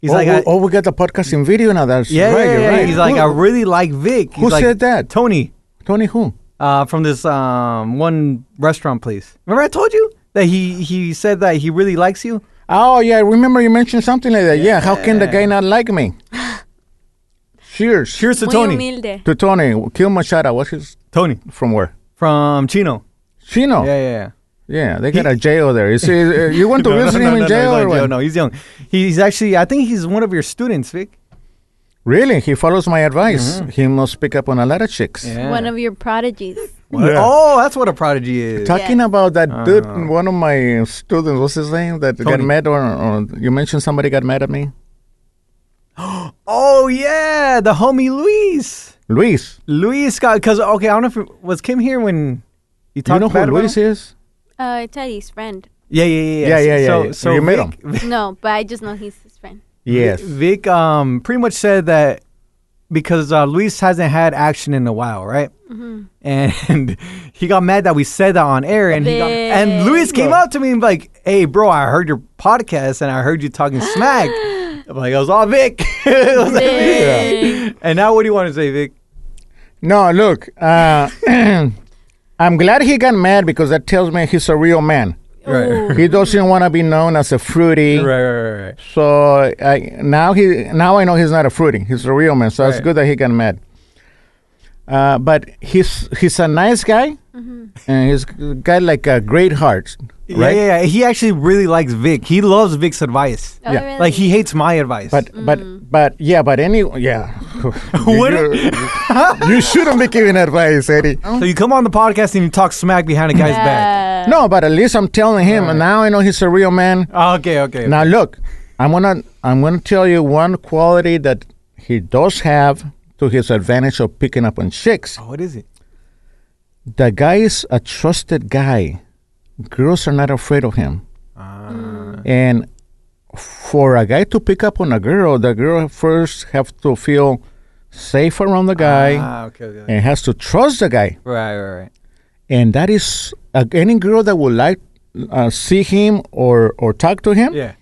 A: He's
B: oh,
A: like,
B: oh,
A: I,
B: oh, we got the podcast in video now. That's
A: yeah,
B: right.
A: yeah,
B: you're
A: yeah.
B: right.
A: He's like,
B: Who-
A: "I really like Vic." He's
B: Who
A: like,
B: said that?
A: Tony,
B: Tony, who?
A: uh, from this um, one restaurant place. Remember, I told you that he he said that he really likes you.
B: Oh yeah, I remember you mentioned something like that. Yeah, how can the guy not like me? Cheers.
A: Cheers to
C: Muy
A: Tony.
C: humilde.
B: To Tony, Kill Machado. What's his
A: Tony
B: from where?
A: from Chino.
B: Chino.
A: Yeah, yeah, yeah.
B: Yeah, they got a jail there. You see, uh,
A: (laughs)
B: you want to visit him in jail
A: he's
B: or
A: not
B: what?
A: jail. no, he's young. He's actually, I think he's one of your students, Vic.
B: Really? He follows my advice. He must pick up on a lot of chicks.
A: Mm-hmm. Yeah.
C: One of your prodigies.
A: What?
B: Yeah.
A: Oh, that's what a prodigy is.
B: Talking about that dude, one of my students, what's his name, that got
A: Uh-huh. Tony.
B: mad, or, or you mentioned somebody got mad at me?
A: Oh yeah, the homie Luis.
B: Luis.
A: Luis got because okay, I don't know if it, was Kim here when you
B: Do
A: talked
B: you know
A: bad
B: who
A: about
B: Luis
A: him?
B: is?
C: Uh, Teddy's friend.
A: Yeah, yeah, yeah,
B: Yeah, yeah, yeah,
A: So,
B: yeah.
A: so
B: You met
A: Vic,
C: No, but I just know he's his friend.
B: Yes.
A: Vic, um, pretty much said that because uh, Luis hasn't had action in a while, right?
C: Mm-hmm.
A: And (laughs) he got mad that we said that on air, and he got, and Luis came up to me and be like, "Hey, bro, I heard your podcast and I heard you talking
C: (gasps)
A: smack." I'm like, "I was all Vic." (laughs) It was like,
C: Dang.
A: And now, what do you want to say, Vic?
B: No, look, uh, (clears throat) I'm glad he got mad because that tells me he's a real man.
A: Right.
C: Ooh.
B: He doesn't want to be known as a fruity.
A: Right, right, right, right.
B: So I, now he now I know he's not a fruity. He's a real man. So it's
A: Right.
B: good that he got mad. Uh, but he's he's a nice guy, and he's got like a great heart,
A: Yeah,
B: right?
A: yeah, yeah. He actually really likes Vic. He loves Vic's advice.
C: Oh,
B: Yeah.
C: really?
A: Like he hates my advice.
B: But but but yeah, but any
A: (laughs)
B: yeah.
A: What- (laughs)
B: You, you shouldn't be giving advice, Eddie.
A: so you come on the podcast and you talk smack behind a guy's back.
C: Yeah.
B: No, but at least I'm telling him, and now I know he's a real man.
A: Okay, okay.
B: Now look, I'm gonna I'm gonna tell you one quality that he does have to his advantage of picking up on chicks.
A: Oh, what is it?
B: The guy is a trusted guy. Girls are not afraid of him.
A: Ah.
B: And for a guy to pick up on a girl, the girl first have to feel safe around the guy
A: Ah, okay, okay.
B: and has to trust the guy.
A: Right, right, right.
B: And that is uh, any girl that would like uh, see him or or talk to him.
A: Yeah.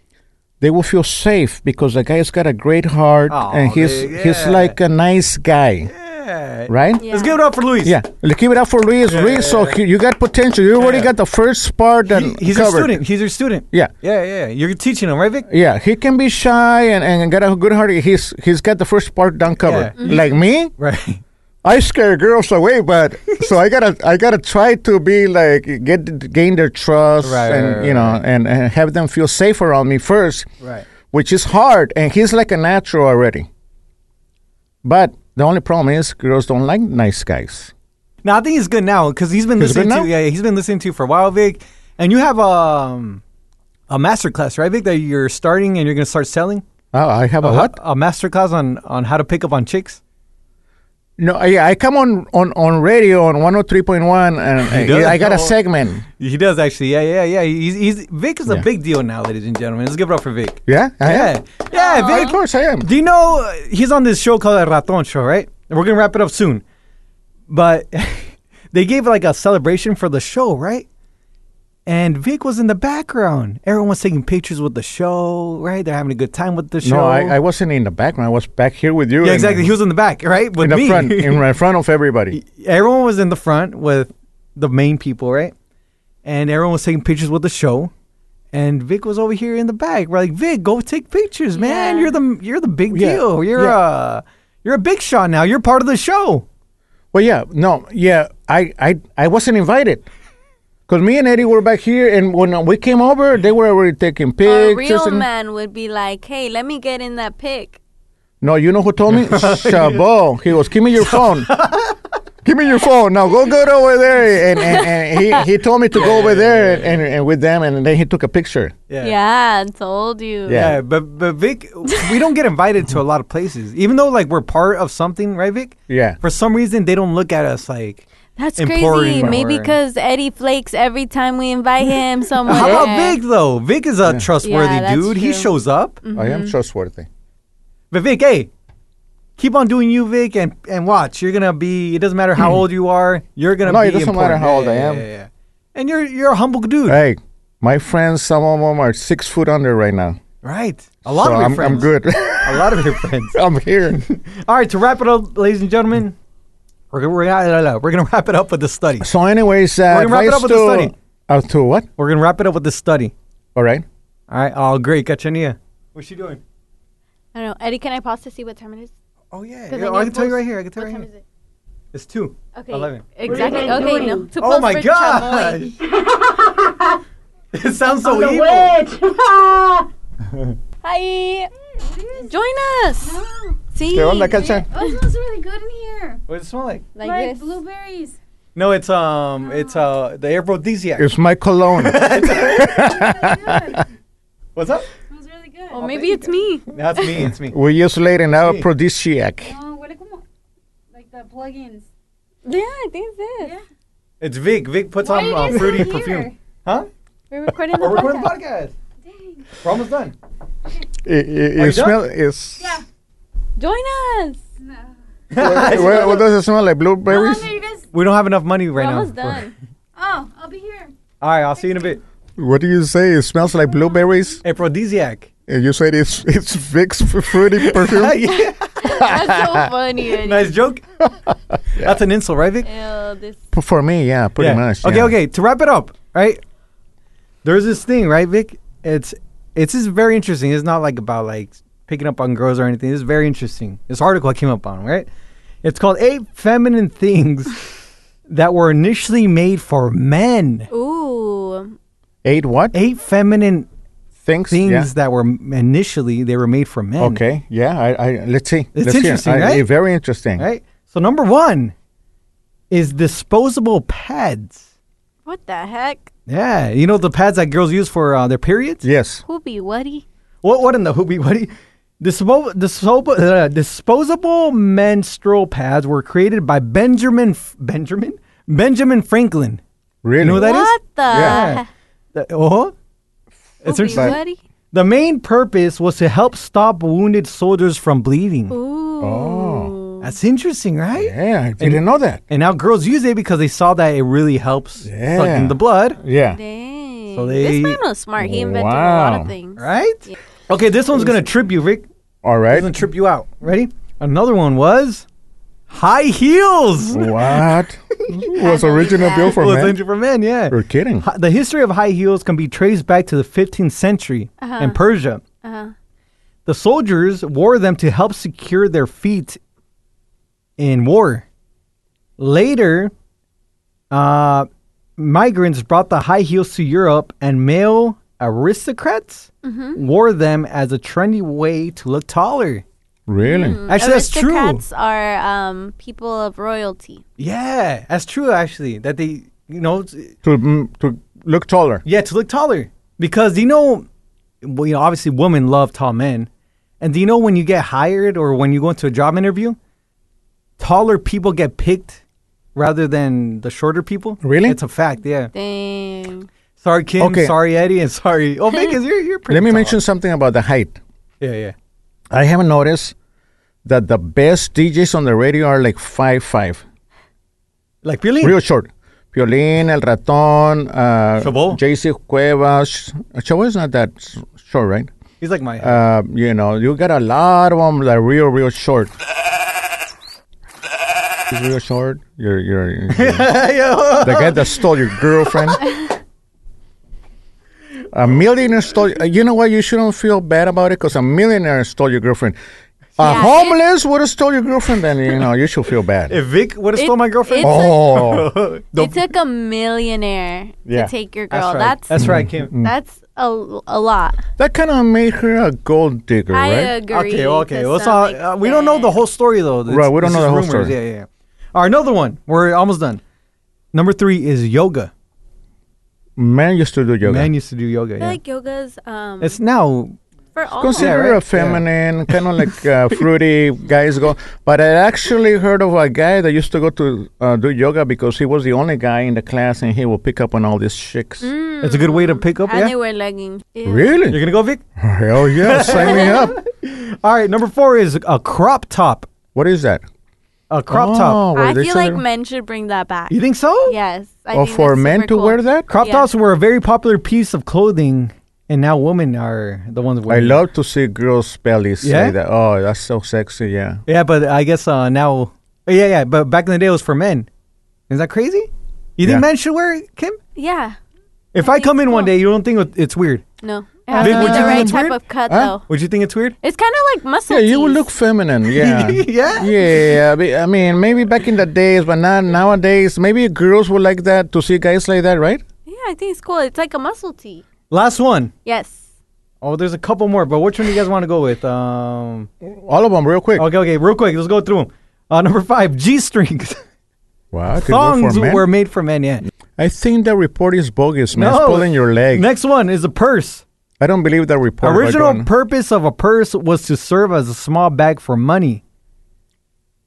B: they will feel safe because the guy's got a great heart
A: Aw,
B: and he's
A: they-
B: he's
A: yeah.
B: like a nice guy.
A: Yeah.
B: right?
C: Yeah.
A: Let's give it up for Luis.
B: Yeah, let's give it up for Luis. Luis, so he- you got potential. You already got the first part that
A: He- he's
B: covered.
A: your student. He's your student.
B: Yeah.
A: Yeah, yeah. You're teaching him, right, Vic?
B: Yeah, he can be shy and, and got a good heart. He's he's got the first part done covered.
A: Yeah.
B: Like me,
A: Right. (laughs)
B: I scare girls away, but so I gotta I gotta try to be like get gain their trust
A: Right,
B: and
A: right, right,
B: you know
A: right.
B: and, and have them feel safe around me first,
A: Right.
B: which is hard. And he's like a natural already. But the only problem is girls don't like nice guys.
A: No, I think he's good now because he's been
B: He's good
A: listening to.
B: now?
A: Yeah, he's been listening to you for a while, Vic. And you have um, a master class, right, Vic? That you're starting and you're going to start selling.
B: Oh, I have a
A: A-
B: what?
A: A master class on on how to pick up on chicks.
B: No, I, I come on, on, on radio on 103.1 and
A: does?
B: I, I got a
A: No.
B: segment.
A: He does actually. Yeah, yeah, yeah. He's, he's Vic is a
B: Yeah.
A: big deal now, ladies and gentlemen. Let's give it up for Vic.
B: Yeah, I am.
A: Yeah, yeah,
B: Yeah,
A: Vic.
B: of course I am.
A: Do you know uh, he's on this show called El Raton Show, right? And we're gonna wrap it up soon. But (laughs) they gave like a celebration for the show, right? And Vic was in the background. Everyone was taking pictures with the show, right? They're having a good time with the show.
B: No, I, I wasn't in the background. I was back here with you.
A: yeah,
B: and-
A: exactly. He was in the back, right? With
B: in the
A: me. (laughs)
B: front, in the front of everybody.
A: everyone was in the front with the main people, right? And everyone was taking pictures with the show. And Vic was over here in the back. We're like, Vic, go take pictures, man.
C: Yeah.
A: You're the you're the big
B: Yeah.
A: deal. You're
B: Yeah.
A: uh you're a big shot now. You're part of the show.
B: Well, yeah, no, yeah, I, I, I wasn't invited. Cause me and Eddie were back here, and when we came over, they were already taking
C: A
B: pictures.
C: real
B: and-
C: man would be like, "Hey, let me get in that pic."
B: No, you know who
A: (laughs)
B: told me? Chabot. He goes, give me your phone. give me your phone. Now go go to over there. And, and, and he, he told me to go over there and, and, and with them. And then he took a picture.
C: Yeah, told you.
B: Yeah.
A: Yeah, but but Vic, we don't get invited to a lot of places, even though like we're part of something, right, Vic?
B: Yeah.
A: For some reason, they don't look at us like.
C: That's
A: Emporium
C: crazy.
A: or-
C: Maybe because Eddie flakes every time we
A: (laughs)
C: invite him somewhere.
A: How about Vic though? Vic is a trustworthy
C: Yeah, that's
A: dude. He
C: true.
A: shows up.
B: I
C: Mm-hmm.
B: am trustworthy.
A: But Vic, hey, keep on doing you, Vic, and, and watch. You're gonna be. It doesn't matter how old you are. You're gonna.
B: Hmm. No,
A: be
B: it doesn't matter
A: important.
B: how old I am.
A: Yeah, yeah, yeah. And you're you're a humble dude,
B: Hey, my friends, some of them are six foot under right now.
A: right? A lot
B: so
A: of your
B: I'm,
A: friends.
B: I'm good.
A: A lot of your friends.
B: (laughs) I'm here.
A: All right, to wrap it up, ladies and gentlemen, we're gonna, we're gonna, we're gonna (laughs) wrap it up with the study.
B: So, anyways, uh,
A: We're gonna wrap it
B: advice
A: up with
B: to,
A: the study.
B: Uh, to what?
A: We're gonna wrap it up with the study.
B: All right.
A: All right. Oh, great, Cachania. What's she doing?
C: I don't know. Eddie, can I pause to see what time it is?
A: Oh yeah.
C: 'Cause
A: Yeah,
C: need
A: oh, I can
C: to
A: tell you
C: post-
A: right here. I can tell
C: what
A: you
C: time
A: right
C: is
A: here.
C: it?
A: It's two.
C: Okay.
A: Eleven.
C: Exactly. Okay, no. Too
A: Oh
C: close
A: my
C: for
A: gosh!
C: chamoy.
A: (laughs) it sounds
C: (laughs)
A: so evil.
D: The
C: Hi. Join us. See.
B: ¿Qué onda, Cacha?
D: Oh, it smells really good in here.
A: What does it smell like?
C: Like
D: like
C: this.
D: blueberries.
C: (laughs)
A: No, it's um, it's uh, the aphrodisiac.
B: It's
A: (laughs)
B: my cologne.
A: What's up?
D: smells really good.
C: Or maybe it's me.
A: (laughs) That's me. It's me.
B: we use later now aphrodisiac.
D: No, Uh, huele como like the plugins.
C: Yeah, I think it's this.
A: It's Vic. Vic puts on uh, fruity perfume. Huh?
C: We're recording the
A: We're recording the
C: podcast.
A: podcast.
D: Dang.
A: We're almost (laughs) done.
B: It, it,
A: Are you
B: it
A: done?
B: smell is.
C: Join us.
D: No.
B: what, what- what does it smell like?
D: How
B: Blueberries?
D: long are you guys?
A: We don't have enough money
C: We're
A: right now.
C: almost
A: for-
C: done.
D: Oh, I'll be here.
A: All right, I'll see you in a bit.
B: What do you say? It smells like blueberries.
A: Aphrodisiac.
B: And you said it's it's Vicks f-
A: (laughs)
B: fruity perfume.
A: yeah.
C: (laughs)
A: (laughs)
C: That's so funny. Eddie.
A: Nice (laughs) joke. That's an insult, right, Vic?
C: Ew, this.
B: P- For me, yeah, pretty
A: Yeah.
B: much.
A: Okay,
B: yeah.
A: okay. To wrap it up, right? There's this thing, right, Vic? It's it's just very interesting. It's not like about like picking up on girls or anything. It's very interesting. This article I came up on, right? It's called Eight Feminine Things (laughs) That Were Initially Made for Men.
C: Ooh.
B: Eight what
A: Eight feminine
B: things?
A: things
B: yeah.
A: that were m- initially they were made for men.
B: Okay, yeah. I, I let's see.
A: It's
B: let's hear.
A: interesting,
B: I-
A: right?
B: yeah, very interesting.
A: Right? So number one is disposable pads.
C: What the heck?
A: Yeah, you know the pads that girls use for uh, their periods.
B: Yes.
C: Hoobie, Woody.
A: What what in the hoopy what? Disposable, disposable, uh, disposable menstrual pads were created by Benjamin F- Benjamin Benjamin Franklin.
B: Really?
A: know that- is?
C: What the?
B: Yeah.
A: Uh huh. It's
C: Hoobie,
A: interesting.
C: Woody.
A: The main purpose was to help stop wounded soldiers from bleeding.
C: Ooh.
A: Oh. That's interesting, right?
B: Oh, Yeah, I didn't know that.
A: And now girls use it because they saw that it really helps
B: Yeah.
A: suck in the blood,
B: Yeah.
C: Dang.
A: So they-
C: this man was smart. He invented a lot
B: Wow.
C: of things.
A: right? Okay, this one's gonna trip you, Rick.
B: All
A: It's
B: right.
A: gonna trip you out. Ready? Another one was High heels. (laughs)
B: What was
C: believe
B: original
C: that.
B: built for
A: Well,
B: men?
A: it's for men, yeah.
B: You're kidding.
A: Hi- The history of high heels can be traced back to the 15th century in Persia. The soldiers wore them to help secure their feet in war. Later, uh, migrants brought the high heels to Europe, and male aristocrats wore them as a trendy way to look taller.
B: Really?
A: Actually, that's true.
C: Aristocrats are um, people of royalty.
A: Yeah, that's true. Actually, that they, you know,
B: To mm, to look taller.
A: Yeah, to look taller. Because do you know, well, you know, obviously women love tall men, and do you know when you get hired or when you go into a job interview, taller people get picked rather than the shorter people.
B: Really?
A: It's a fact. Yeah.
C: Dang.
A: Sorry, Kim.
B: Okay.
A: Sorry, Eddie, and sorry. Oh, because you're you're pretty.
B: Let me
A: tall.
B: mention something about the height.
A: Yeah, yeah.
B: I have noticed that the best DJs on the radio are like five five,
A: Like really?
B: real short. Piolín, El Ratón, uh,
A: Chabot?
B: JC Cuevas. Chabot is not that s- short, right?
A: He's like my.
B: Uh, you know, you got a lot of them that are real, real short.
A: (laughs)
B: He's real short. You're, you're,
A: (laughs)
B: you're
A: yeah.
B: the guy that stole your girlfriend. A millionaire stole. uh, You know what? You shouldn't feel bad about it because a millionaire stole your girlfriend. A
C: Yeah.
B: homeless would have stole your girlfriend, then you know you should feel bad.
A: (laughs) If Vic would have
C: It-
A: stole my girlfriend.
C: it's-
B: oh,
A: Don't-
C: It took a millionaire
B: Yeah.
C: to take your
A: that's
C: girl.
A: right.
C: That's that's,
A: that's right, Mm. Kim.
C: a, a lot.
A: (laughs)
B: that kind of made her a gold digger,
C: I
A: uh,
B: right?
C: agree.
A: Okay, well, okay.
C: to
A: Well, so,
C: some
A: uh, we don't know the
C: extent.
A: whole story though. It's-
B: Right, we don't
A: this is
B: know the whole
A: rumors.
B: story.
A: Yeah, yeah, yeah. All right, another one. We're almost done. Number three is yoga.
B: Man used to do yoga.
A: Man used to do yoga.
C: I
A: Yeah.
C: feel like yoga's um
A: it's now.
C: for all.
B: Consider
A: right?
B: a feminine,
A: (laughs)
B: kind of like uh, fruity guys go. But I actually heard of a guy that used to go to uh, do yoga because he was the only guy in the class, and he would pick up on all these chicks.
C: hmm.
A: It's a good way to pick up.
C: and
A: yeah.
C: they wear leggings. Ew.
A: You're
B: Really?
A: gonna go, Vic.
B: Hell
A: (laughs)
B: yeah! Sign me up.
A: All right. Number four is a crop top.
B: What is that?
A: A
B: Oh.
A: crop top.
B: where
C: I
B: they
C: feel
B: sell
C: like
B: it-
C: men should bring that back.
A: You think so?
C: Yes. I
B: Oh,
C: think
B: for
C: that's
B: men
C: super
B: to
C: cool.
B: wear that?
A: Crop
C: Yeah.
A: tops were a very popular piece of clothing, and now women are the ones
B: I
A: wearing. it.
B: love to see girls' bellies
A: Mm. Yeah?
B: say that. Oh, that's so sexy. Yeah.
A: Yeah, but I guess uh, now. Yeah, yeah. But back in the day, it was for men. Is that crazy? You
B: Yeah.
A: think men should wear it, Kim?
C: Yeah.
A: If
C: I
A: I
C: think
A: come
C: it's
A: in one
C: cool.
A: day, you don't think it's weird?
C: No. It has
A: Vic,
C: to
A: would you
C: be the
A: think
C: right
A: it's
C: type
A: weird?
C: of cut
B: Huh?
C: though.
A: Would you think it's weird?
C: It's kind of like muscle.
B: Yeah, you would
C: tees.
B: look
A: (laughs)
B: feminine. Yeah.
A: Yeah?
B: Yeah. I be- I mean, maybe back in the days, but not nowadays. Maybe girls would like that to see guys like that, right?
C: Yeah, I think it's cool. It's like a muscle tee.
A: Last one.
C: Yes.
A: Oh, there's a couple more, but which one do you guys want to go with? Um,
B: All of them, real quick.
A: okay, okay, real quick, let's go through them. Uh, number five, G-strings.
B: Wow, it could work for
A: Thongs
B: men.
A: were made for men. Yeah.
B: I think that report is bogus, man. It's pulling your leg.
A: Next one is a purse.
B: I don't believe that report. but go
A: Original
B: on.
A: purpose of a purse was to serve as a small bag for money,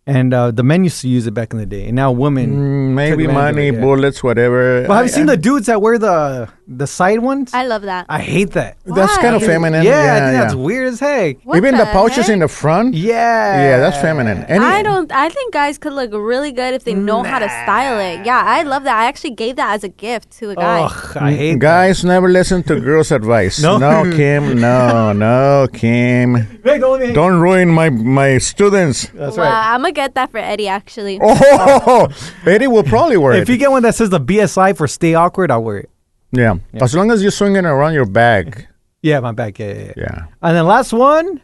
A: and uh, the men used to use it back in the day. And now women,
B: Mm,
A: took
B: Maybe
A: advantage of
B: money,
A: it, yeah.
B: bullets, whatever.
A: But have you
B: I-
A: seen
B: I-
A: the dudes that wear the the side ones? I,
C: I love that.
A: hate that.
B: That's kind of
C: Why?
B: feminine.
A: yeah,
B: yeah,
A: I think that's
B: yeah.
A: weird as heck.
C: What
B: Even the pouches
C: heck?
B: in the front.
A: Yeah,
B: Yeah, that's feminine. Any,
C: I don't. I think guys could look really good if they know how to style it. Yeah, I love that. I actually gave that as a gift to a guy.
A: Ugh, I hate that.
B: Guys, never listen to girls' advice.
A: No? (laughs)
B: Kim. No, no, Kim.
A: Vic, don't let me-
B: Don't ruin my my students.
A: That's
C: wow,
A: right.
C: I'm gonna get that for Eddie actually.
B: Oh, Eddie will probably wear
A: If
B: it.
A: you get one that says the BSI for stay awkward, I'll wear it.
B: yeah. as long as you're swinging around your bag.
A: Yeah, my back. Yeah, yeah, yeah.
B: Yeah.
A: And then last one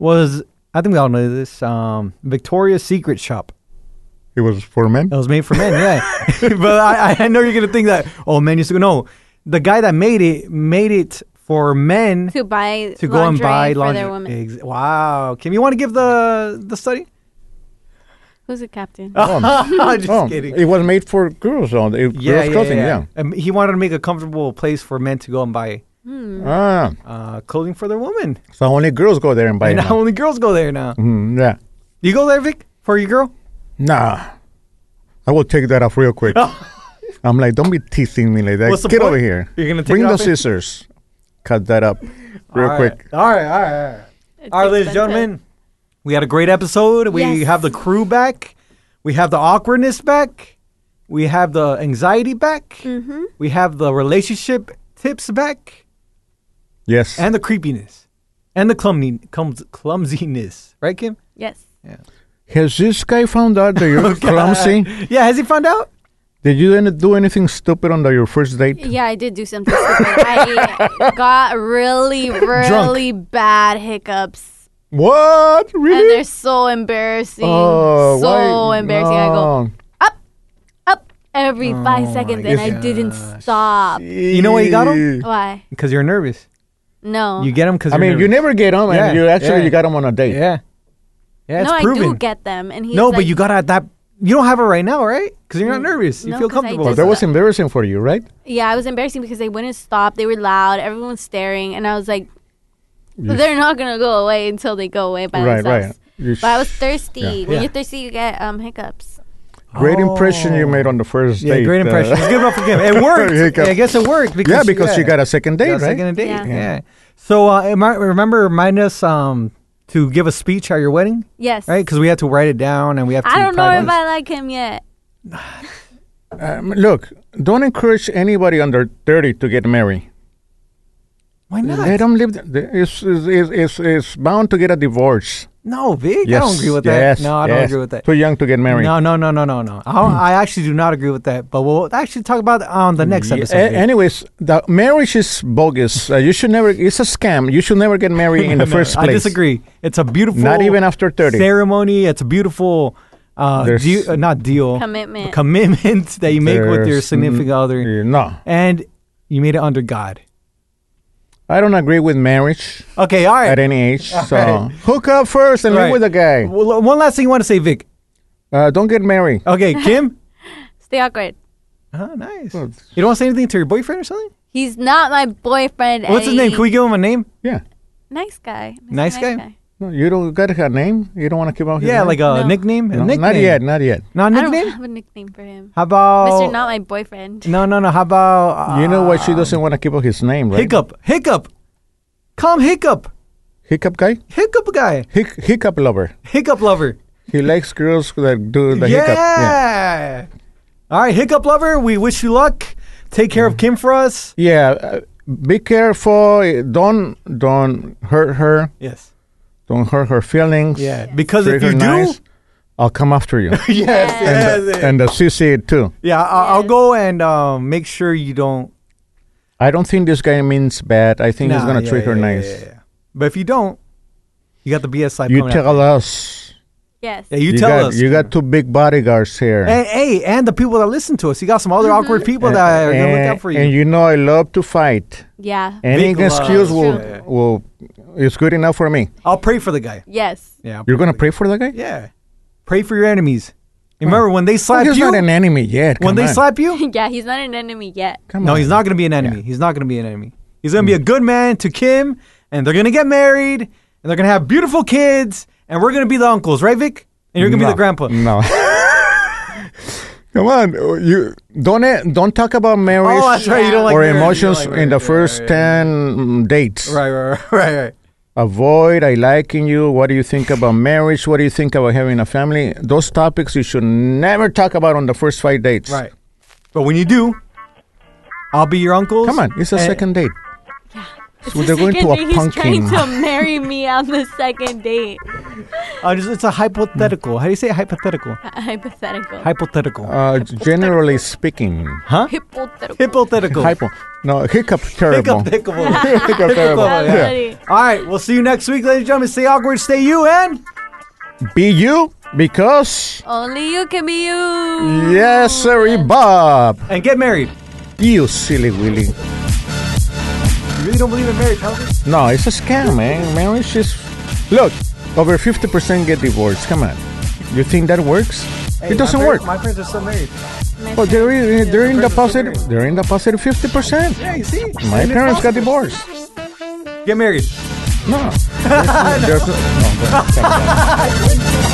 A: was I think we all know this. Um, Victoria's Secret shop.
B: It was for
A: (laughs)
B: men.
A: It was made for men.
B: (laughs)
A: Yeah, but I, I know you're gonna think that. Oh, men used to go. No, the guy that made it made it for men to,
C: To buy
A: go and
C: lingerie
A: buy
C: for
A: lingerie.
C: their women.
A: Ex- wow, Kim, you want to give the the
C: (laughs)
A: study? (laughs)
C: Who's the
A: Uh,
C: captain?
A: Just
B: Oh,
A: kidding.
B: it was made for girls, though. It, girls clothing, yeah.
A: And Um, he wanted to make a comfortable place for men to go and buy
B: Ah,
A: uh, clothing for their women.
B: so only girls go there and buy
A: And
B: it.
A: now (laughs) only girls go there now.
B: Mm, yeah.
A: You go there, Vic, for your girl?
B: Nah. I will take that off
A: (laughs)
B: real quick. I'm like, don't be teasing me like that.
A: What's the
B: Get
A: point?
B: over here.
A: You're gonna take
B: Bring
A: it
B: the
A: off it?
B: scissors. Cut
A: (laughs)
B: that up real
A: All right.
B: quick.
A: All right, all right, all right.
C: It's
A: All right, ladies
C: expensive.
A: and gentlemen, we had a great episode. We
C: Yes.
A: have the crew back. We have the awkwardness back. We have the anxiety back.
C: Mm. Mm-hmm.
A: We have the relationship tips back
B: Yes.
A: and the creepiness and the clumsy, clums, clumsiness. Right, Kim?
C: Yes.
B: Has this guy found out that
A: (laughs)
B: you're clumsy?
A: Yeah, has he found out?
B: Did you any- do anything stupid on the, your first date?
C: Yeah, I did do something stupid. (laughs) I got really, really bad hiccups,
B: What?
C: and
B: Really?
C: they're so embarrassing,
B: Oh,
C: so
B: why-
C: embarrassing. I go
B: no.
C: up every five seconds, and
A: Oh
C: I
A: gosh.
C: didn't stop.
A: You know why you got 'em?
C: Why?
A: Because you're nervous.
C: No.
A: You get him because
B: I mean, you never get them,
A: Yeah,
B: and you
A: yeah.
B: actually you got them on a date.
A: Yeah. Yeah, it's
C: no,
A: proven.
C: I do get them, and he's
A: no,
C: like,
A: but you gotta at that. You don't have it right now, right? Because you're not
C: Mm,
A: nervous. You
C: no,
A: feel
C: 'cause I
A: comfortable.
B: But
C: just-
B: that was embarrassing for you, right?
C: Yeah, it was embarrassing because they wouldn't stop. They were loud. Everyone was staring, and I was like, "They're not gonna go away until they go away by
B: right, right.
C: themselves."
B: You
C: But I was
B: sh-
C: thirsty. When
A: Yeah.
C: you're thirsty, you get um hiccups.
B: great impression you made on the first
A: Oh. Yeah,
B: date.
A: great
B: uh, (laughs)
A: impression. Let's give it up for Kim. It worked.
B: Hiccup.
A: yeah, I guess it worked because
B: yeah, because you got a second date,
A: Yeah,
B: right?
A: second date.
C: Yeah.
A: Yeah. So uh, remi- remember, remind us um, to give a speech at your wedding,
C: Yes.
A: right? Because we have to write it down and we have to.
C: I don't know
A: practice.
C: if I like him yet.
B: Um, look, don't encourage anybody under 30 to get married.
A: Why not?
B: They don't live. th- It's, it's, it's, it's, it's bound to get a divorce.
A: No, Vic. I don't agree with
B: yes,
A: that. No, I don't
B: yes.
A: agree with that.
B: Too young to get married.
A: No, no, no, no, no, no. I, don't- I actually do not agree with that. But we'll actually talk about it on the next
B: Yeah,
A: episode.
B: a-
A: Vic.
B: anyways, the marriage is bogus. Uh, you should never. It's a scam. You should never get married
A: (laughs)
B: (laughs) in the first place.
A: I disagree. It's a beautiful.
B: Not even after 30.
A: Ceremony. It's a beautiful. Uh,
B: There's-
A: de- uh, not deal.
C: Commitment.
A: Commitment that you make with your
B: There's
A: significant other,
B: Uh, No,
A: and you made it under God.
B: I don't agree with marriage
A: Okay. All right.
B: at any age. So hook up first and
A: Right.
B: live with a guy.
A: Well, one last thing you want to say, Vic.
B: Uh, don't get married.
C: (laughs)
A: Okay, Kim.
C: Stay awkward.
A: oh, nice.
B: Well,
A: You don't want to say anything to your boyfriend or something?
C: He's not my boyfriend.
A: What's his
C: and
A: name?
C: he-
A: Can we give him a name?
B: Yeah.
C: nice guy. He's a
A: Nice guy?
B: No, you don't got her name. You don't want to keep out. his
A: Yeah,
B: name?
A: like a
C: No.
A: nickname. A
B: No,
A: nickname.
B: not yet. Not yet.
A: Not a
C: I don't
A: nickname. Oh.
C: have a nickname for him.
A: How about
C: Mr. Not my boyfriend.
A: No, no, no. How about uh,
B: You know why she doesn't want to keep up his name, right?
A: Hiccup. Hiccup. Calm hiccup.
B: Hiccup guy?
A: Hiccup guy.
B: Hic- hiccup lover.
A: Hiccup lover.
B: He likes girls that do the
A: yeah.
B: hiccup.
A: All right, hiccup lover. We wish you luck. Take care
B: Mm-hmm.
A: of Kim for us.
B: Yeah. uh, be careful. Uh, Don't don't hurt her.
A: Yes.
B: Don't hurt her feelings.
A: Yeah. Because
B: Treat
A: if you
B: her
A: do,
B: nice. I'll come after
A: (laughs)
B: you.
A: yes, yes,
B: and,
A: yes.
B: the, and the CC too.
A: yeah, I'll, I'll
C: Yes.
A: go and um, make sure you don't
B: I don't think this guy means bad. I think he's
A: Nah,
B: gonna
A: yeah,
B: treat her
A: yeah, yeah,
B: nice.
A: yeah, yeah. But if you don't, you got the BS side.
B: You
A: coming
B: tell us.
A: out.
C: Yes.
A: Yeah, you,
B: You
A: tell
B: got,
A: us.
B: You got two big bodyguards here.
A: And, hey, and the people that listen to us. You got some other awkward people that are gonna look out for you.
B: And you know I love to fight.
C: Yeah.
B: Any
A: Big love.
B: excuse will,
A: Yeah.
B: will is good enough for me.
A: I'll pray for the guy.
C: Yes. (laughs)
A: Yeah, I'll
B: You're
A: pray
B: gonna
A: for
B: pray for the guy?
A: the- yeah. Pray for your enemies. Remember when they
B: Oh,
A: slap
B: he's
A: you?
B: not an enemy yet.
A: when
B: come
A: they
B: on.
A: slap
C: (laughs)
A: you?
C: yeah, he's not an enemy yet.
B: Come
A: No,
B: on. Hmm.
A: he's not gonna be an enemy. He's not gonna be an enemy. He's gonna be a good man to Kim, and they're gonna get married, and they're gonna have beautiful kids, and we're gonna be the uncles, right, Vic? And you're gonna be
B: No. Mm.
A: the grandpa. (laughs)
B: No. Come on, uh, you don't eh, don't talk about marriage
A: Oh, that's right. You don't like
B: or
A: marriage. You don't
B: emotions
A: like
B: in
A: marriage.
B: the
A: Yeah,
B: first
A: right,
B: ten mm, dates.
A: Right, right, right, right, right.
B: Avoid. I liking you. What do you think about marriage? What do you think about having a family? Those topics you should never talk about on the first five dates.
A: Right. But when you do, I'll be your uncle.
B: Come on, it's a second date.
C: It's
B: So
C: the
B: they're going
C: second
B: to a
C: date. He's trying
B: punking. (laughs)
C: to marry me on the second date.
A: Uh, it's, it's a hypothetical. How do you say hypothetical?
C: Hypothetical.
A: Hypothetical.
B: Uh, generally speaking,
A: huh?
C: Hypothetical.
A: Hypothetical.
B: hypo. No, hiccup (laughs) terrible.
A: Hiccup, hiccup.
B: Hiccup terrible.
A: Hiccup,
B: Yeah.
C: Already.
A: All right, we'll see you next week, ladies and gentlemen. Stay awkward, stay you, and
B: Be you because
C: Only you can be you.
B: yes, sir, Bob.
A: and get married.
B: You silly Willy.
A: You really don't believe in marriage, Calvin?
B: No, it's a scam, eh? man. Marriage is. Look, over 50% get divorced. Come on. You think that works? it doesn't work.
A: My friends are still married.
B: But they're, in- they're in the
A: parents are still
B: positive. They're in the positive 50%.
A: Yeah, you see.
B: My parents got divorced.
A: Get married.
B: (laughs) No. There's- there's no- no, but- come on.